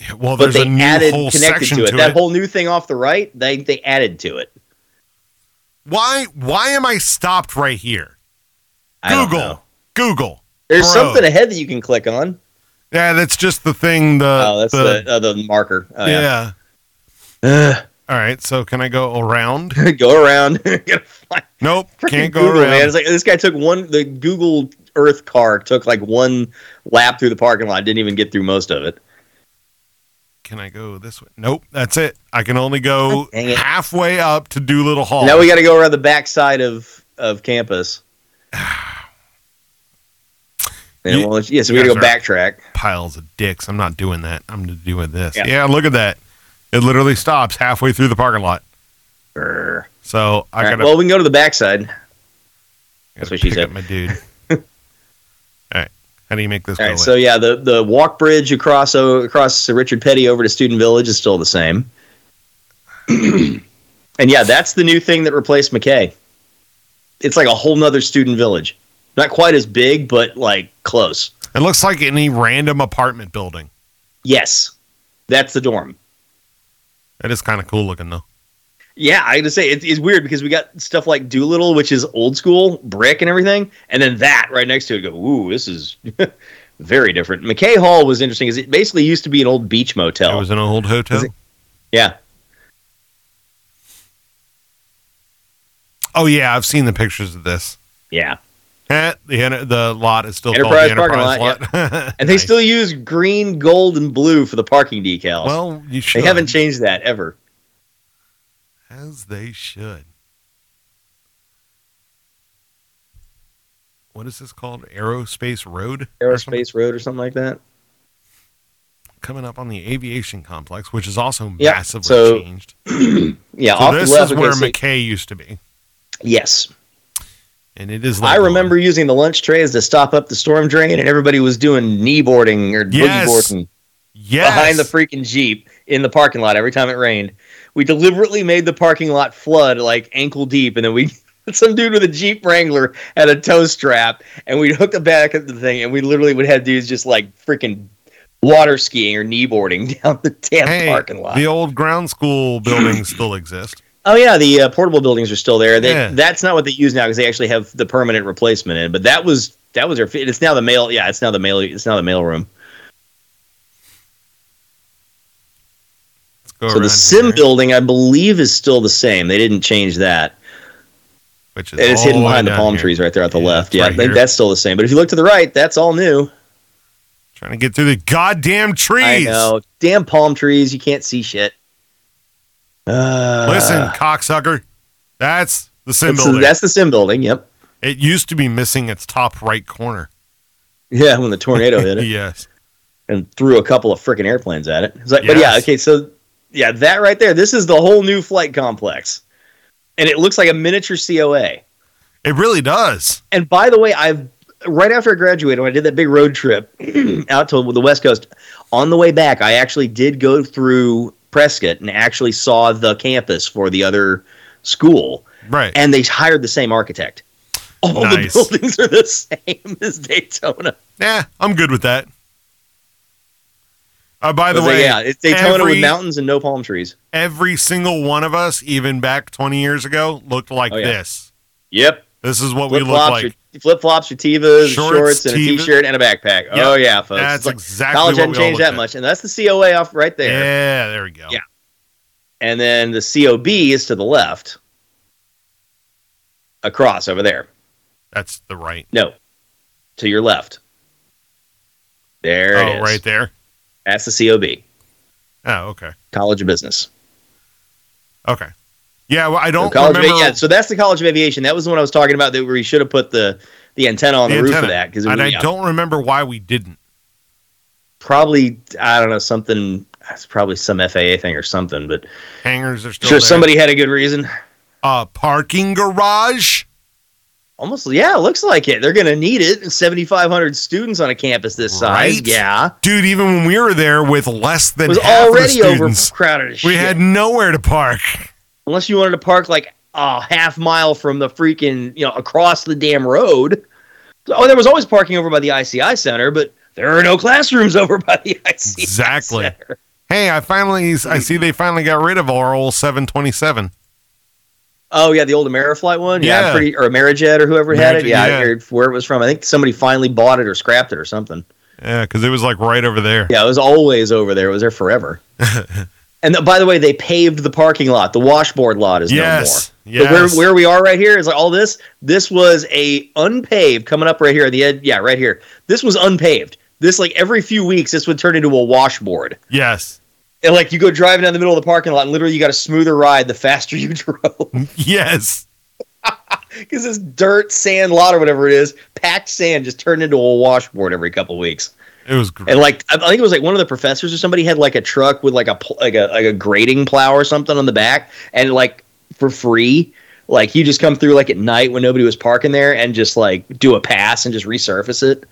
Yeah, Well,
but
there's
they
a new
added
whole
connected
section
to it. that whole new thing off the right, they they added to it.
why? Why am I stopped right here?
I don't know.
Google, Google.
There's
Bro.
something ahead that you can click on.
Yeah, that's just the thing. The
oh, that's the uh, the marker. Oh,
yeah.
yeah.
All right. So can I go around?
go around. Gotta find-
Nope.
Freaking
Can't go
Google,
around.
man. It's like this guy took one. The Google Earth car took like one lap through the parking lot. Didn't even get through most of it.
Can I go this way? Nope, that's it. I can only go
God dang it.
halfway up to Doolittle Hall.
Now we got to go around the back side of of campus. And
You-
well, yeah, so
you
we got to go
guys are-
backtrack.
piles of dicks. I'm not doing that. I'm doing this. Yeah,
Yeah.
look at that. It literally stops halfway through the parking lot.
Grr.
So I
All right,
gotta,
well, we can go to the backside.
gotta
that's what she
pick
said.
up my dude. All right, how do you make this
All
go?
right,
away?
so yeah, the the walk bridge across o- across Richard Petty over to Student Village is still the same. and yeah, that's the new thing that replaced McKay. It's like a whole nother Student Village, not quite as big, but like close.
it looks like any random apartment building.
Yes, that's the dorm.
That is kind of cool looking though.
Yeah, I gotta say it's, it's weird because we got stuff like Doolittle, which is old school brick and everything, and then that right next to it. Go, ooh, this is very different. McKay Hall was interesting because it basically used to be an old beach motel.
It was an old hotel.
Is it- yeah,
oh yeah, I've seen the pictures of this.
yeah.
Eh, the enter- the lot is still
Enterprise
called the
parking
Enterprise
lot,
lot,
And they
Nice.
still use green, gold, and blue for the parking decals.
well, you
they
should.
haven't changed that ever.
As they should. What is this called? Aerospace Road? or something?
Aerospace Road or something like that.
Coming up on the aviation complex, which is also
Yeah,
massively
so-
changed.
Yeah,
So
off
this
the left.
is
okay,
where
so-
McKay used to be.
yes,
And it is
I
like-
remember using the lunch trays to stop up the storm drain, and everybody was doing knee boarding or
Yes.
boogie boarding
yes.
behind the freaking jeep in the parking lot every time it rained. We deliberately made the parking lot flood like ankle deep, and then we. Some dude with a Jeep Wrangler had a tow strap, and we'd hook the back of the thing, and we literally would have dudes just like freaking water skiing or kneeboarding down the damn
Hey,
parking lot.
The old ground school buildings still exist.
Oh yeah, the uh, portable buildings are still there. They,
Yeah.
That's not what they use now because they actually have the permanent replacement in. But that was that was their. fi- It's now the mail. Yeah, it's now the mail. It's now the mail room.
Let's go
So
around
the sim
here,
building, I believe, is still the same. They didn't change that.
which is
And it's
all
hidden
way
behind the
down
palm
here.
trees right there at the
Yeah,
left.
it's
Yeah,
right
I think
here.
that's still the same. But if you look to the right, that's all new.
Trying to get through the goddamn trees.
I know. Damn palm trees. You can't see shit. Uh,
Listen, cocksucker. That's the sim
that's,
building.
that's the sim building. Yep.
It used to be missing its top right corner.
Yeah, when the tornado hit it.
Yes.
and threw a couple of freaking airplanes at it. It's like, But
Yes.
yeah, okay, so yeah, that right there. This is the whole new flight complex, and it looks like a miniature COA.
It really does.
And by the way, I've right after I graduated, when I did that big road trip out to the West Coast, on the way back, I actually did go through Prescott and actually saw the campus for the other school,
Right.
and they hired the same architect. All
Nice.
the buildings are the same as Daytona.
Yeah, I'm good with that. Uh, by the
So,
way,
yeah, it's Daytona
every-
with mountains and no palm trees.
every single one of us, even back 20 years ago, looked like
Oh, yeah.
this.
Yep,
This is what
flip
we look
flops,
like.
your, flip flops, your tivas,
Shorts,
shorts, and a
tiva.
t-shirt and a backpack. Oh yeah, folks.
That's
It's like,
exactly
college
what
hadn't
we all
changed
looked
that
at.
much, and that's the COA off right there.
Yeah, there we go.
Yeah. And then the COB is to the left, across over there.
That's the right.
No, to your left. There it
oh,
is.
right there.
That's the COB,
Oh, okay.
College of Business.
Okay. Yeah, well, I
So
don't
college of,
remember.
yeah, so that's the College of Aviation. That was the one I was talking about that where you should have put the the antenna on
The
the, roof
antenna.
of that because
and I don't remember why we didn't.
probably I don't know something. It's probably some FAA thing or something, but
Hangers are still
sure
there.
somebody had a good reason
Uh, parking garage.
almost yeah it looks like it they're gonna need it 7500 students on a campus this size
Right?
yeah
Dude, even when we were there with less
it
than
was
half of the
already
students,
overcrowded as
we
shit.
had nowhere to park.
unless you wanted to park like a half mile from the freaking you know across the damn road oh there was always parking over by the ici center but there are no classrooms over by the ici
Exactly.
center.
Hey, I finally I see they finally got rid of our old 727.
oh yeah the old ameriflight one yeah,
Yeah.
pretty or amerijet or whoever had it
Amerijet,
yeah,
yeah.
i heard where it was from i think somebody finally bought it or scrapped it or something
Yeah, because it was like right over there.
Yeah, it was always over there. It was there forever. and th- by the way, they paved the parking lot. The washboard lot is
yes,
no more. But
yes.
Where, where we are right here is like all this. This was a unpaved coming up right here at the end. Yeah, right here. This was unpaved. This like every few weeks, this would turn into a washboard.
yes,
And like you go driving down the middle of the parking lot, and literally you got a smoother ride the faster you drove
Mm-hmm. yes.
because this dirt, sand lot or whatever it is, packed sand just turned into a washboard every couple weeks.
It was great.
And like I I think it was like one of the professors or somebody had like a truck with like a pl- like a like a grading plow or something on the back, and like for free. Like you just come through like at night when nobody was parking there and just like do a pass and just resurface it.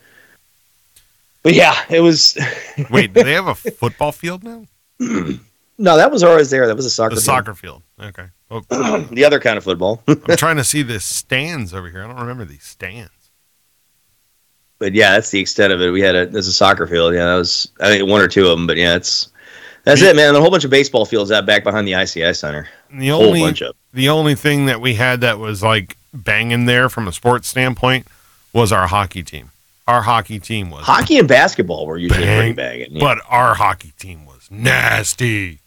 But yeah, it was
Wait, do they have a football field now?
no, that was always there. That was a soccer.
A
field.
soccer field. Okay. Oh,
the other kind of football.
I'm trying to see the stands over here. I don't remember these stands.
but yeah, that's the extent of it. We had a there's a soccer field. Yeah, that was I mean, one or two of them. But yeah, that's that's it, man. A whole bunch of baseball fields out back behind the ICI Center.
And the
A whole
only
bunch of.
the only thing that we had that was like banging there from a sports standpoint was our hockey team. Our hockey team was,
Hockey and basketball were usually
Bang.
pretty banging. Yeah.
but our hockey team was nasty.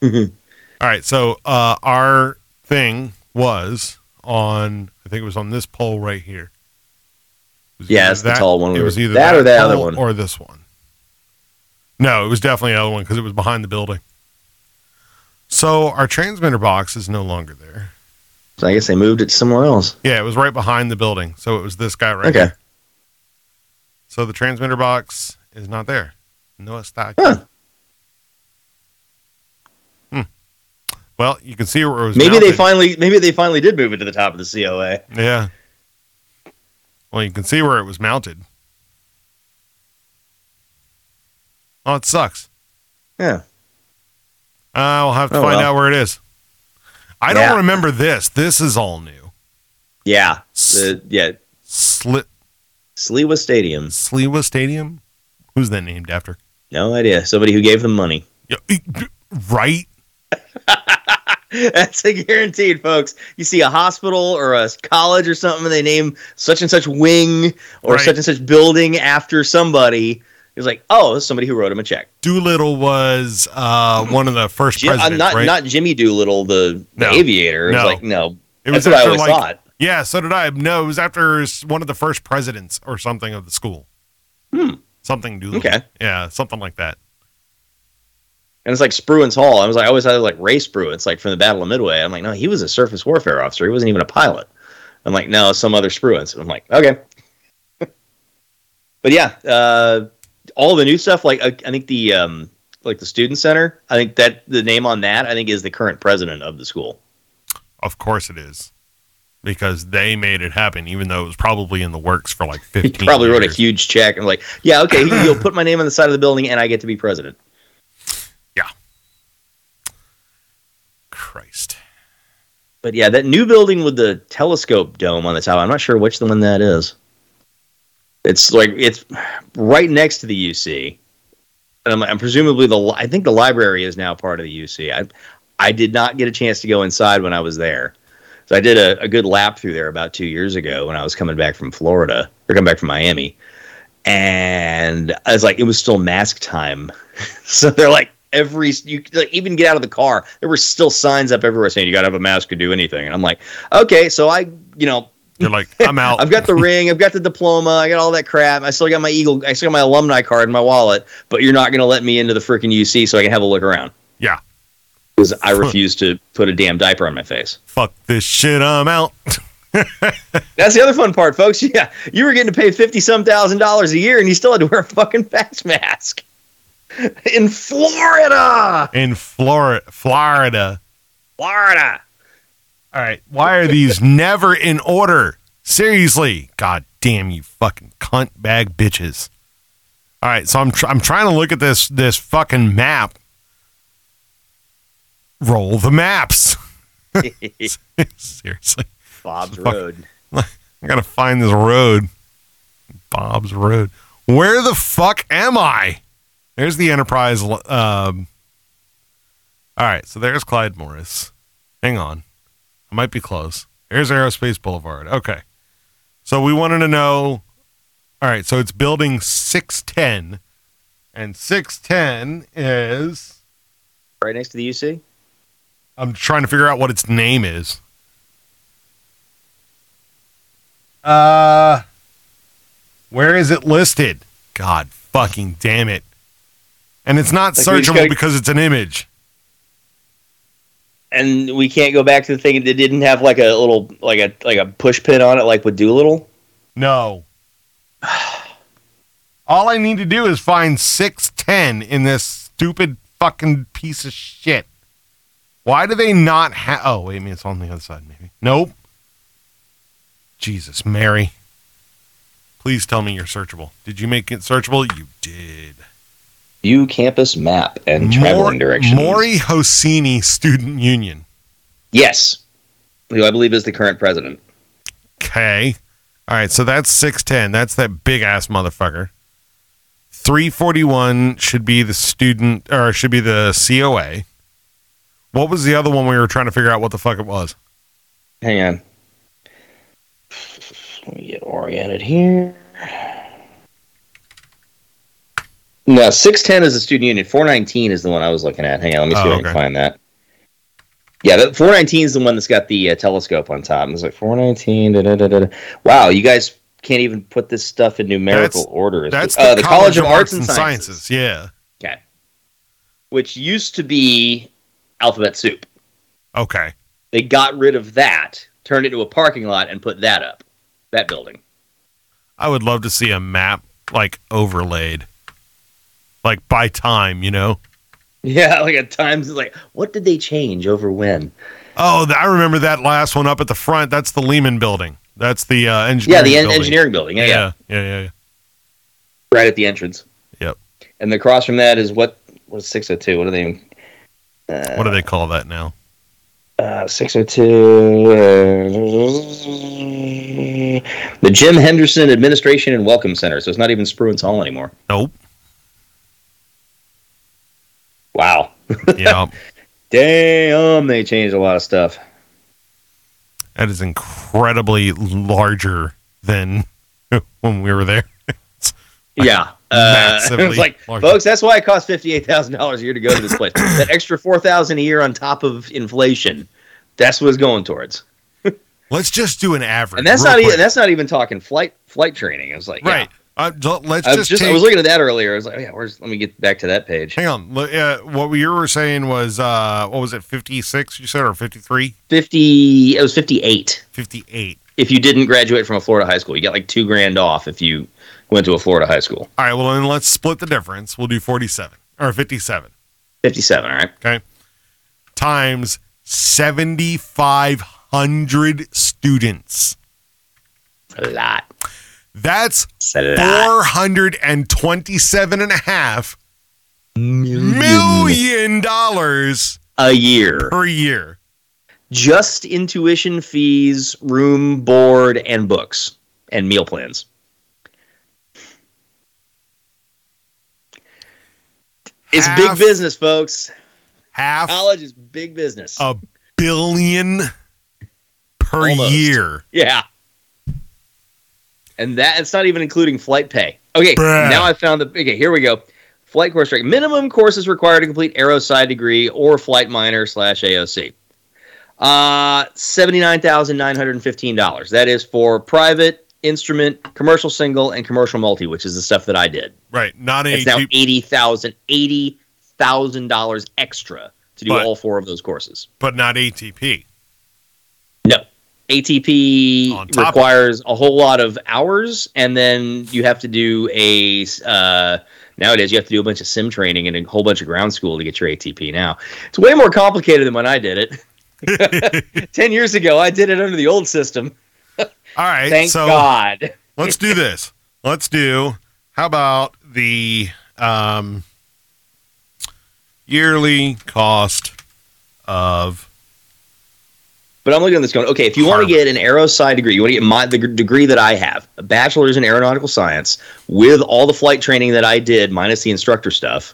Mhm.
All right, so uh, our thing was on. I think it was on this pole right here. It was
Yeah,
either
it's the tall one we
It was
were-
either
that or that other
pole
one.
or this one. No, it was definitely the other one because it was behind the building. So our transmitter box is no longer there.
so I guess they moved it somewhere else.
Yeah, it was right behind the building. So it was this guy right
Okay.
here. So the transmitter box is not there. No, it's not.
Huh.
Hmm. Well, you can see where it was.
Maybe they
mounted.
finally maybe they finally did move it to the top of the COA.
Yeah. Well, you can see where it was mounted. Oh, it sucks.
Yeah.
I'll have to
Oh,
find
well.
out where it is. I
Yeah.
don't remember this. This is all new.
Yeah.
S-
The, yeah.
Slit
Sliwa Stadium.
Sliwa Stadium. Who's that named after?
No idea. Somebody who gave them money.
Yeah, e- Right?
That's a guaranteed, folks. You see a hospital or a college or something, and they name such and such wing or
Right.
such and such building after somebody. It's like, oh, it's somebody who wrote him a check.
Doolittle was uh, one of the first
Jim,
presidents,
not
right?
not Jimmy Doolittle, the, the
No.
aviator. It's
No.
like, no,
it
that's what I
after,
always
like-
thought.
Yeah, so did I. No, it was after s- one of the first presidents or something of the school.
Hmm.
Something Doolittle.
Okay.
Yeah, something like that.
And it's like Spruance Hall. I was like, I always had like Ray Spruance, like from the Battle of Midway. I'm like, no, he was a surface warfare officer. He wasn't even a pilot. I'm like, no, some other Spruance. I'm like, okay. but yeah, uh, all the new stuff. Like I, I think the um, like the student center. I think that the name on that I think is the current president of the school.
Of course it is. Because they made it happen, even though it was probably in the works for like 15
He probably
years.
wrote a huge check. I'm like, yeah, okay, you'll put my name on the side of the building, and I get to be president.
Christ.
But yeah, that new building with the telescope dome on the top, I'm not sure which the one that is. It's like it's right next to the UC. And I'm, I'm presumably the li- I think the library is now part of the UC. I I did not get a chance to go inside when I was there. So I did a, a good lap through there about two years ago when I was coming back from Florida or coming back from Miami. And I was like, it was still mask time. so they're like, every, you like, even get out of the car, there were still signs up everywhere saying you got to have a mask to do anything. And I'm like, okay, so I, you know,
You're like, I'm out.
I've got the ring, I've got the diploma, I got all that crap. I still got my Eagle, I still got my alumni card in my wallet, but you're not going to let me into the freaking UC so I can have a look around.
Yeah.
Because I refuse to put a damn diaper on my face.
Fuck this shit. I'm out.
That's the other fun part, folks. Yeah, you were getting to pay fifty some thousand dollars a year, and you still had to wear a fucking face mask in Florida,
In Florida. Florida.
Florida.
All right. Why are these never in order? Seriously. God damn you fucking cunt bag bitches. All right, so I'm tr- I'm trying to look at this this fucking map. Roll the maps. Seriously.
Bob's
Fuck.
Road.
I got to find this road. Bob's Road. Where the fuck am I? There's the Enterprise l- um All right, so there's Clyde Morris. Hang on. I might be close. There's Aerospace Boulevard. Okay. So we wanted to know All right, so it's building 610 and 610 is
Right next to the UC.
I'm trying to figure out what its name is. Uh, where is it listed? God fucking damn it! And it's not
Like, we just
searchable
gotta-
because it's an image.
And we can't go back to the thing that didn't have like a little like a like a push pin on it, like with Doolittle.
No. All I need to do is find six ten in this stupid fucking piece of shit. Why do they not have? Oh, wait, I mean, it's on the other side, maybe. Nope. Jesus, Mary. Please tell me you're searchable. Did you make it searchable? You did.
View campus map and
Mor-
traveling directions.
Maury Hosseini Student Union.
Yes. Who I believe is the current president.
Okay. All right, so that's 610. That's that big ass motherfucker. 341 should be the student or should be the COA. What was the other one we were trying to figure out what the fuck it was?
Hang on. Let me get oriented here. No, 610 is the student union. 419 is the one I was looking at. Hang on, let me see
Oh,
if I
okay.
can find that. Yeah, that 419 is the one that's got the uh, telescope on top. It's like 419. Da, da, da, da. Wow, you guys can't even put this stuff in numerical
That's-
order.
That's
uh, the College, of Arts, and Sciences,
Yeah.
which used to be alphabet soup.
Okay.
They got rid of that, turned it into a parking lot, and put that up. That building.
I would love to see a map like overlaid, like by time, you know?
Yeah, like at times it's like, what did they change over when?
Oh, th- I remember that last one up at the front. That's the Lehman building. That's the uh,
Yeah,
engineering.
the en-
building.
engineering building. Yeah, yeah.
Yeah, yeah, yeah. yeah.
right at the entrance.
Yep.
And across from that is what was six hundred two. What are they? Uh,
What do they call that now?
Uh, six hundred two. Uh, the Jim Henderson Administration and Welcome Center. So it's not even Spruance Hall anymore.
Nope.
Wow.
Yeah,
Damn, they changed a lot of stuff.
that is incredibly larger than when we were there.
Yeah. Uh, it
Massively
was like,
larger.
folks, that's why it costs fifty-eight thousand dollars a year to go to this place. that extra four thousand a year on top of inflation, that's what it's going towards.
Let's just do an average.
And that's
real
not
quick.
even that's not even talking flight flight training. It was like, yeah.
right. Uh, d- let's
I was,
just,
just, I
take-
was looking at that earlier. I was like, oh, yeah, where's? Let me get back to that page.
Hang on. Look, Uh, what you were saying was, uh, what was it, 56, you said, or 53?
Fifty. It was fifty-eight.
58.
If you didn't graduate from a Florida high school, you got like two grand off if you went to a Florida high school.
All right, well, then let's split the difference. We'll do 47 or 57
Fifty-seven. All right.
times 7,500 students.
A lot.
That's
It's a lot.
427 and a half
Million
million dollars
a year.
per year.
just in tuition fees, room, board, and books and meal plans. It's
Half-
big business, folks.
Half
College is big business.
a billion per
Almost.
year.
yeah. And that it's not even including flight pay. Okay,
Bruh.
now I found the okay, here we go. Flight course rank. Minimum courses required to complete aeroside degree or flight minor slash AOC. Uh $79,915. That is for private, instrument, commercial single, and commercial multi, which is the stuff that I did.
Right. Not a
It's now
cheap,
eighty thousand, eighty thousand dollars extra to do
But-
all four of those courses.
but not ATP.
No.
On
ATP
top of-
requires a whole lot of hours, and then you have to do a. Uh, nowadays, you have to do a bunch of sim training and a whole bunch of ground school to get your ATP now. It's way more complicated than when I did it. 10 years ago, I did it under the old system.
All right.
Thank
so
God.
let's do this. Let's do. How about the um, yearly cost of
But I'm looking at this going, okay, if you want to
Harvard.
get an aerosci degree, you want to get my the g- degree that I have, a bachelor's in aeronautical science, with all the flight training that I did, minus the instructor stuff.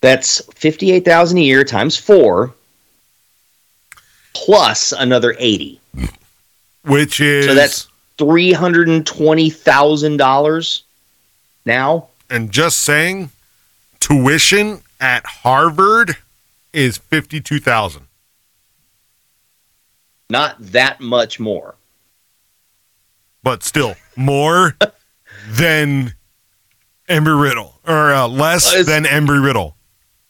That's fifty-eight thousand a year times four, plus another eighty.
which is
So that's three hundred and twenty thousand dollars now.
and just saying tuition at Harvard is 52,000.
Not that much more.
but still more than Embry Riddle or uh, less
Well, it's-
than Embry Riddle.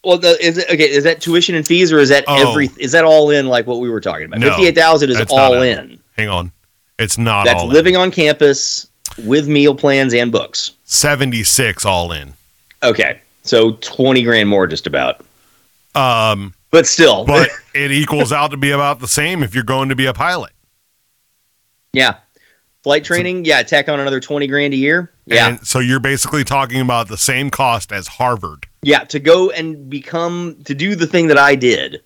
Well, the, is it okay? Is that tuition and fees, or is that
Oh.
every? Is that all in? Like what we were talking about?
No,
Fifty-eight thousand is
that's not
all
it.
in.
Hang on, it's not
That's
all
living on campus with meal plans and books.
seventy six all in.
Okay. So 20 grand more just about.
Um,
but still,
but it equals out to be about the same if you're going to be a pilot.
yeah. Flight training, yeah, tack on another twenty grand a year. Yeah,
And so you're basically talking about the same cost as Harvard.
yeah, to go and become to do the thing that I did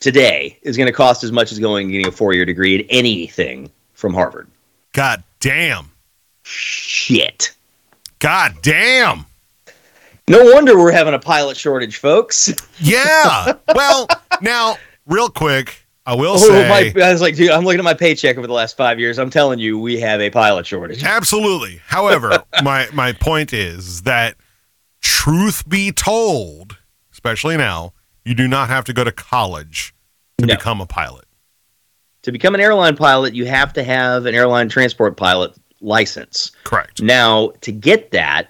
today is going to cost as much as going and getting a four year degree in anything from Harvard.
God damn.
Shit.
God damn.
No wonder we're having a pilot shortage, folks.
Yeah. well, now, real quick, I will
Oh,
say
my- I was like, dude, I'm looking at my paycheck over the last five years. I'm telling you, we have a pilot shortage.
absolutely. However, my my point is that truth be told, especially now, you do not have to go to college to
No.
become a pilot.
To become an airline pilot, you have to have an airline transport pilot license.
Correct.
Now, to get that,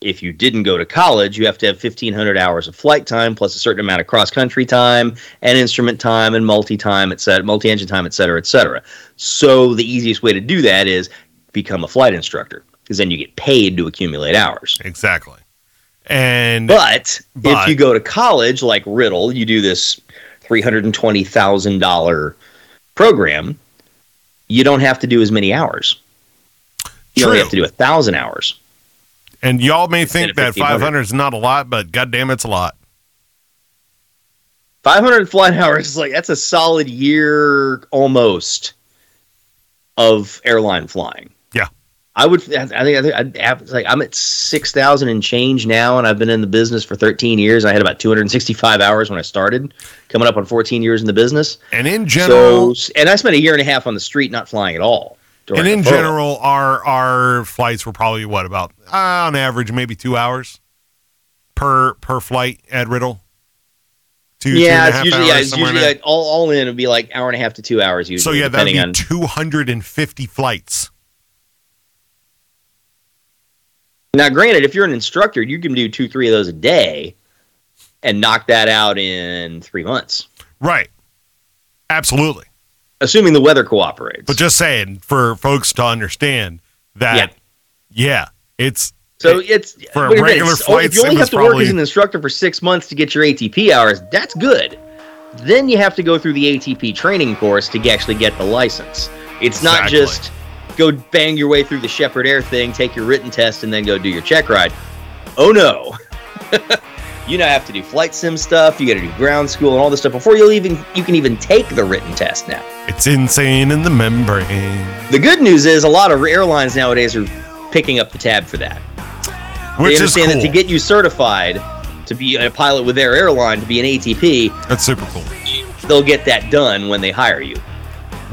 if you didn't go to college, you have to have 1,500 hours of flight time plus a certain amount of cross country time and instrument time and multi time, et cetera, multi engine time, et cetera, et cetera. So, the easiest way to do that is become a flight instructor because then you get paid to accumulate hours.
Exactly. And
But,
But-
if you go to college like Riddle, you do this $320,000 program, you don't have to do as many hours. You only
True.
have to do a thousand hours.
and y'all may
Instead
think
of
that
1500.
500 is not a lot, but goddamn, it's a lot.
500 flight hours is like that's a solid year almost of airline flying.
Yeah.
I would. I think. I think I'd have, it's like I'm at six thousand and change now, and I've been in the business for 13 years. I had about 265 hours when I started, coming up on 14 years in the business.
And in general,
So, and I spent a year and a half on the street, not flying at all. during
and in
the furlough.
general, our our flights were probably what about uh, on average maybe two hours per per flight at Riddle. Two,
yeah,
two
it's
and a half
usually, yeah,
hours,
it's
somewhere in
usually
there.
like all, all in would be like hour and a half to two hours usually,
so yeah, that'd
depending
be
on
250 flights.
Now, granted, if you're an instructor, you can do two, three of those a day and knock that out in three months,
Right. Absolutely.
assuming the weather cooperates.
But just saying for folks to understand that yeah, it's
so it's
Eh, for
wait a minute,
regular
it's- oh,
flights,
If you
it
only
was
have to work
probably-
as an instructor for six months to get your ATP hours, that's good. Then you have to go through the ATP training course to actually get the license. It's not
Exactly.
just go bang your way through the Shepherd Air thing, take your written test, and then go do your check ride. Oh no. you now have to do flight sim stuff, you gotta do ground school and all this stuff before you'll even you can even take the written test now.
it's insane in the membrane.
The good news is a lot of airlines nowadays are picking up the tab for that.
Which
they
is
understand
cool.
that to get you certified to be a pilot with their airline, to be an ATP,
That's super cool.
they'll get that done when they hire you.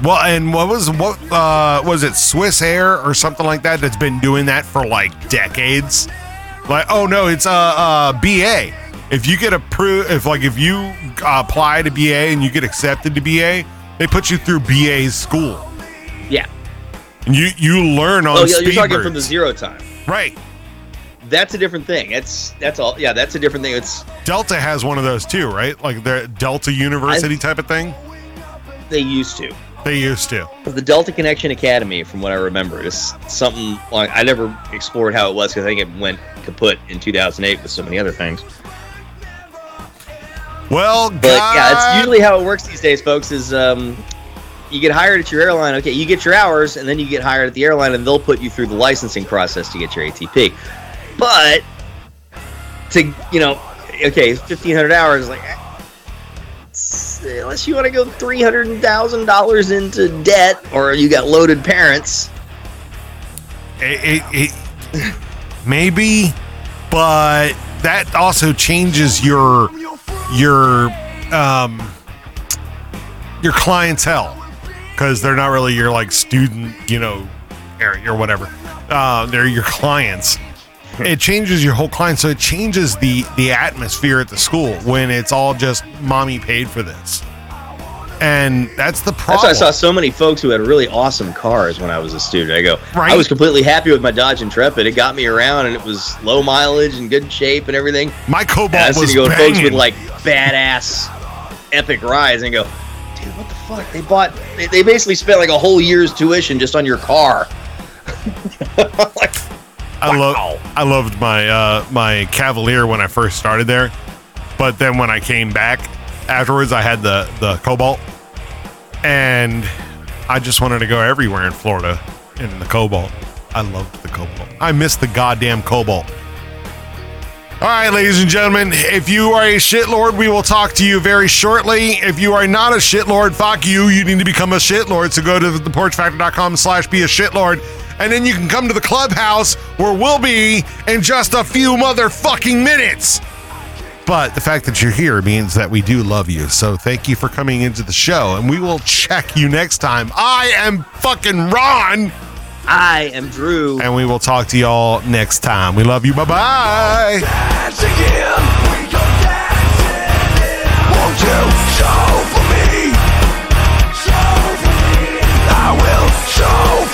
Well, and what was what uh, was it Swiss Air or something like that that's been doing that for like decades? Like, oh no, it's uh, uh BA. If you get approved, if like if you uh, apply to BA and you get accepted to BA, they put you through BA's school.
Yeah.
And you you learn on
Oh, yeah,
speed
you're talking
birds.
from the zero time.
right.
That's a different thing. That's that's all. Yeah, that's a different thing. It's
Delta has one of those too, right? Like the Delta University type of thing.
they used to.
They used to.
The Delta Connection Academy, from what I remember, is something like I never explored how it was because I think it went kaput in 2008 with so many other things.
Well,
But yeah, that's usually how it works these days, folks. Is um, you get hired at your airline, okay, you get your hours, and then you get hired at the airline, and they'll put you through the licensing process to get your ATP. But to you know, okay, fifteen hundred hours, like eh, it's- unless you want to go three hundred thousand dollars into debt, or you got loaded parents.
it, it, it- maybe but that also changes your your um your clientele because they're not really your like student you know area or whatever uh, they're your clients
Hmm.
it changes your whole client so it changes the the atmosphere at the school when it's all just mommy paid for this and that's the
That's
problem
why I saw so many folks who had really awesome cars when I was a student. I go,
Right.
I was completely happy with my Dodge Intrepid. It got me around, and it was low mileage and good shape and everything.
my cobalt
And I
was
see go folks
banging.
with like badass epic rides and go, dude, what the fuck? They bought, they, they basically spent like a whole year's tuition just on your car. like,
I love I loved my uh, my Cavalier when I first started there, But then when I came back afterwards, I had the the Cobalt, and I just wanted to go everywhere in Florida in the Cobalt. I loved the Cobalt. I miss the goddamn Cobalt. All right, ladies and gentlemen, if you are a shitlord, we will talk to you very shortly. If you are not a shitlord, fuck you. You need to become a shitlord. So go to theporchfactor.com slash be a shitlord. And then you can come to the clubhouse where we'll be in just a few motherfucking minutes. But the fact that you're here means that we do love you. So thank you for coming into the show. And we will check you next time. I am fucking Ron.
I am Drew.
And we will talk to y'all next time. We love you. Bye bye.
Dance again. We go dancing. Won't you show for me? Show for me. I will show. For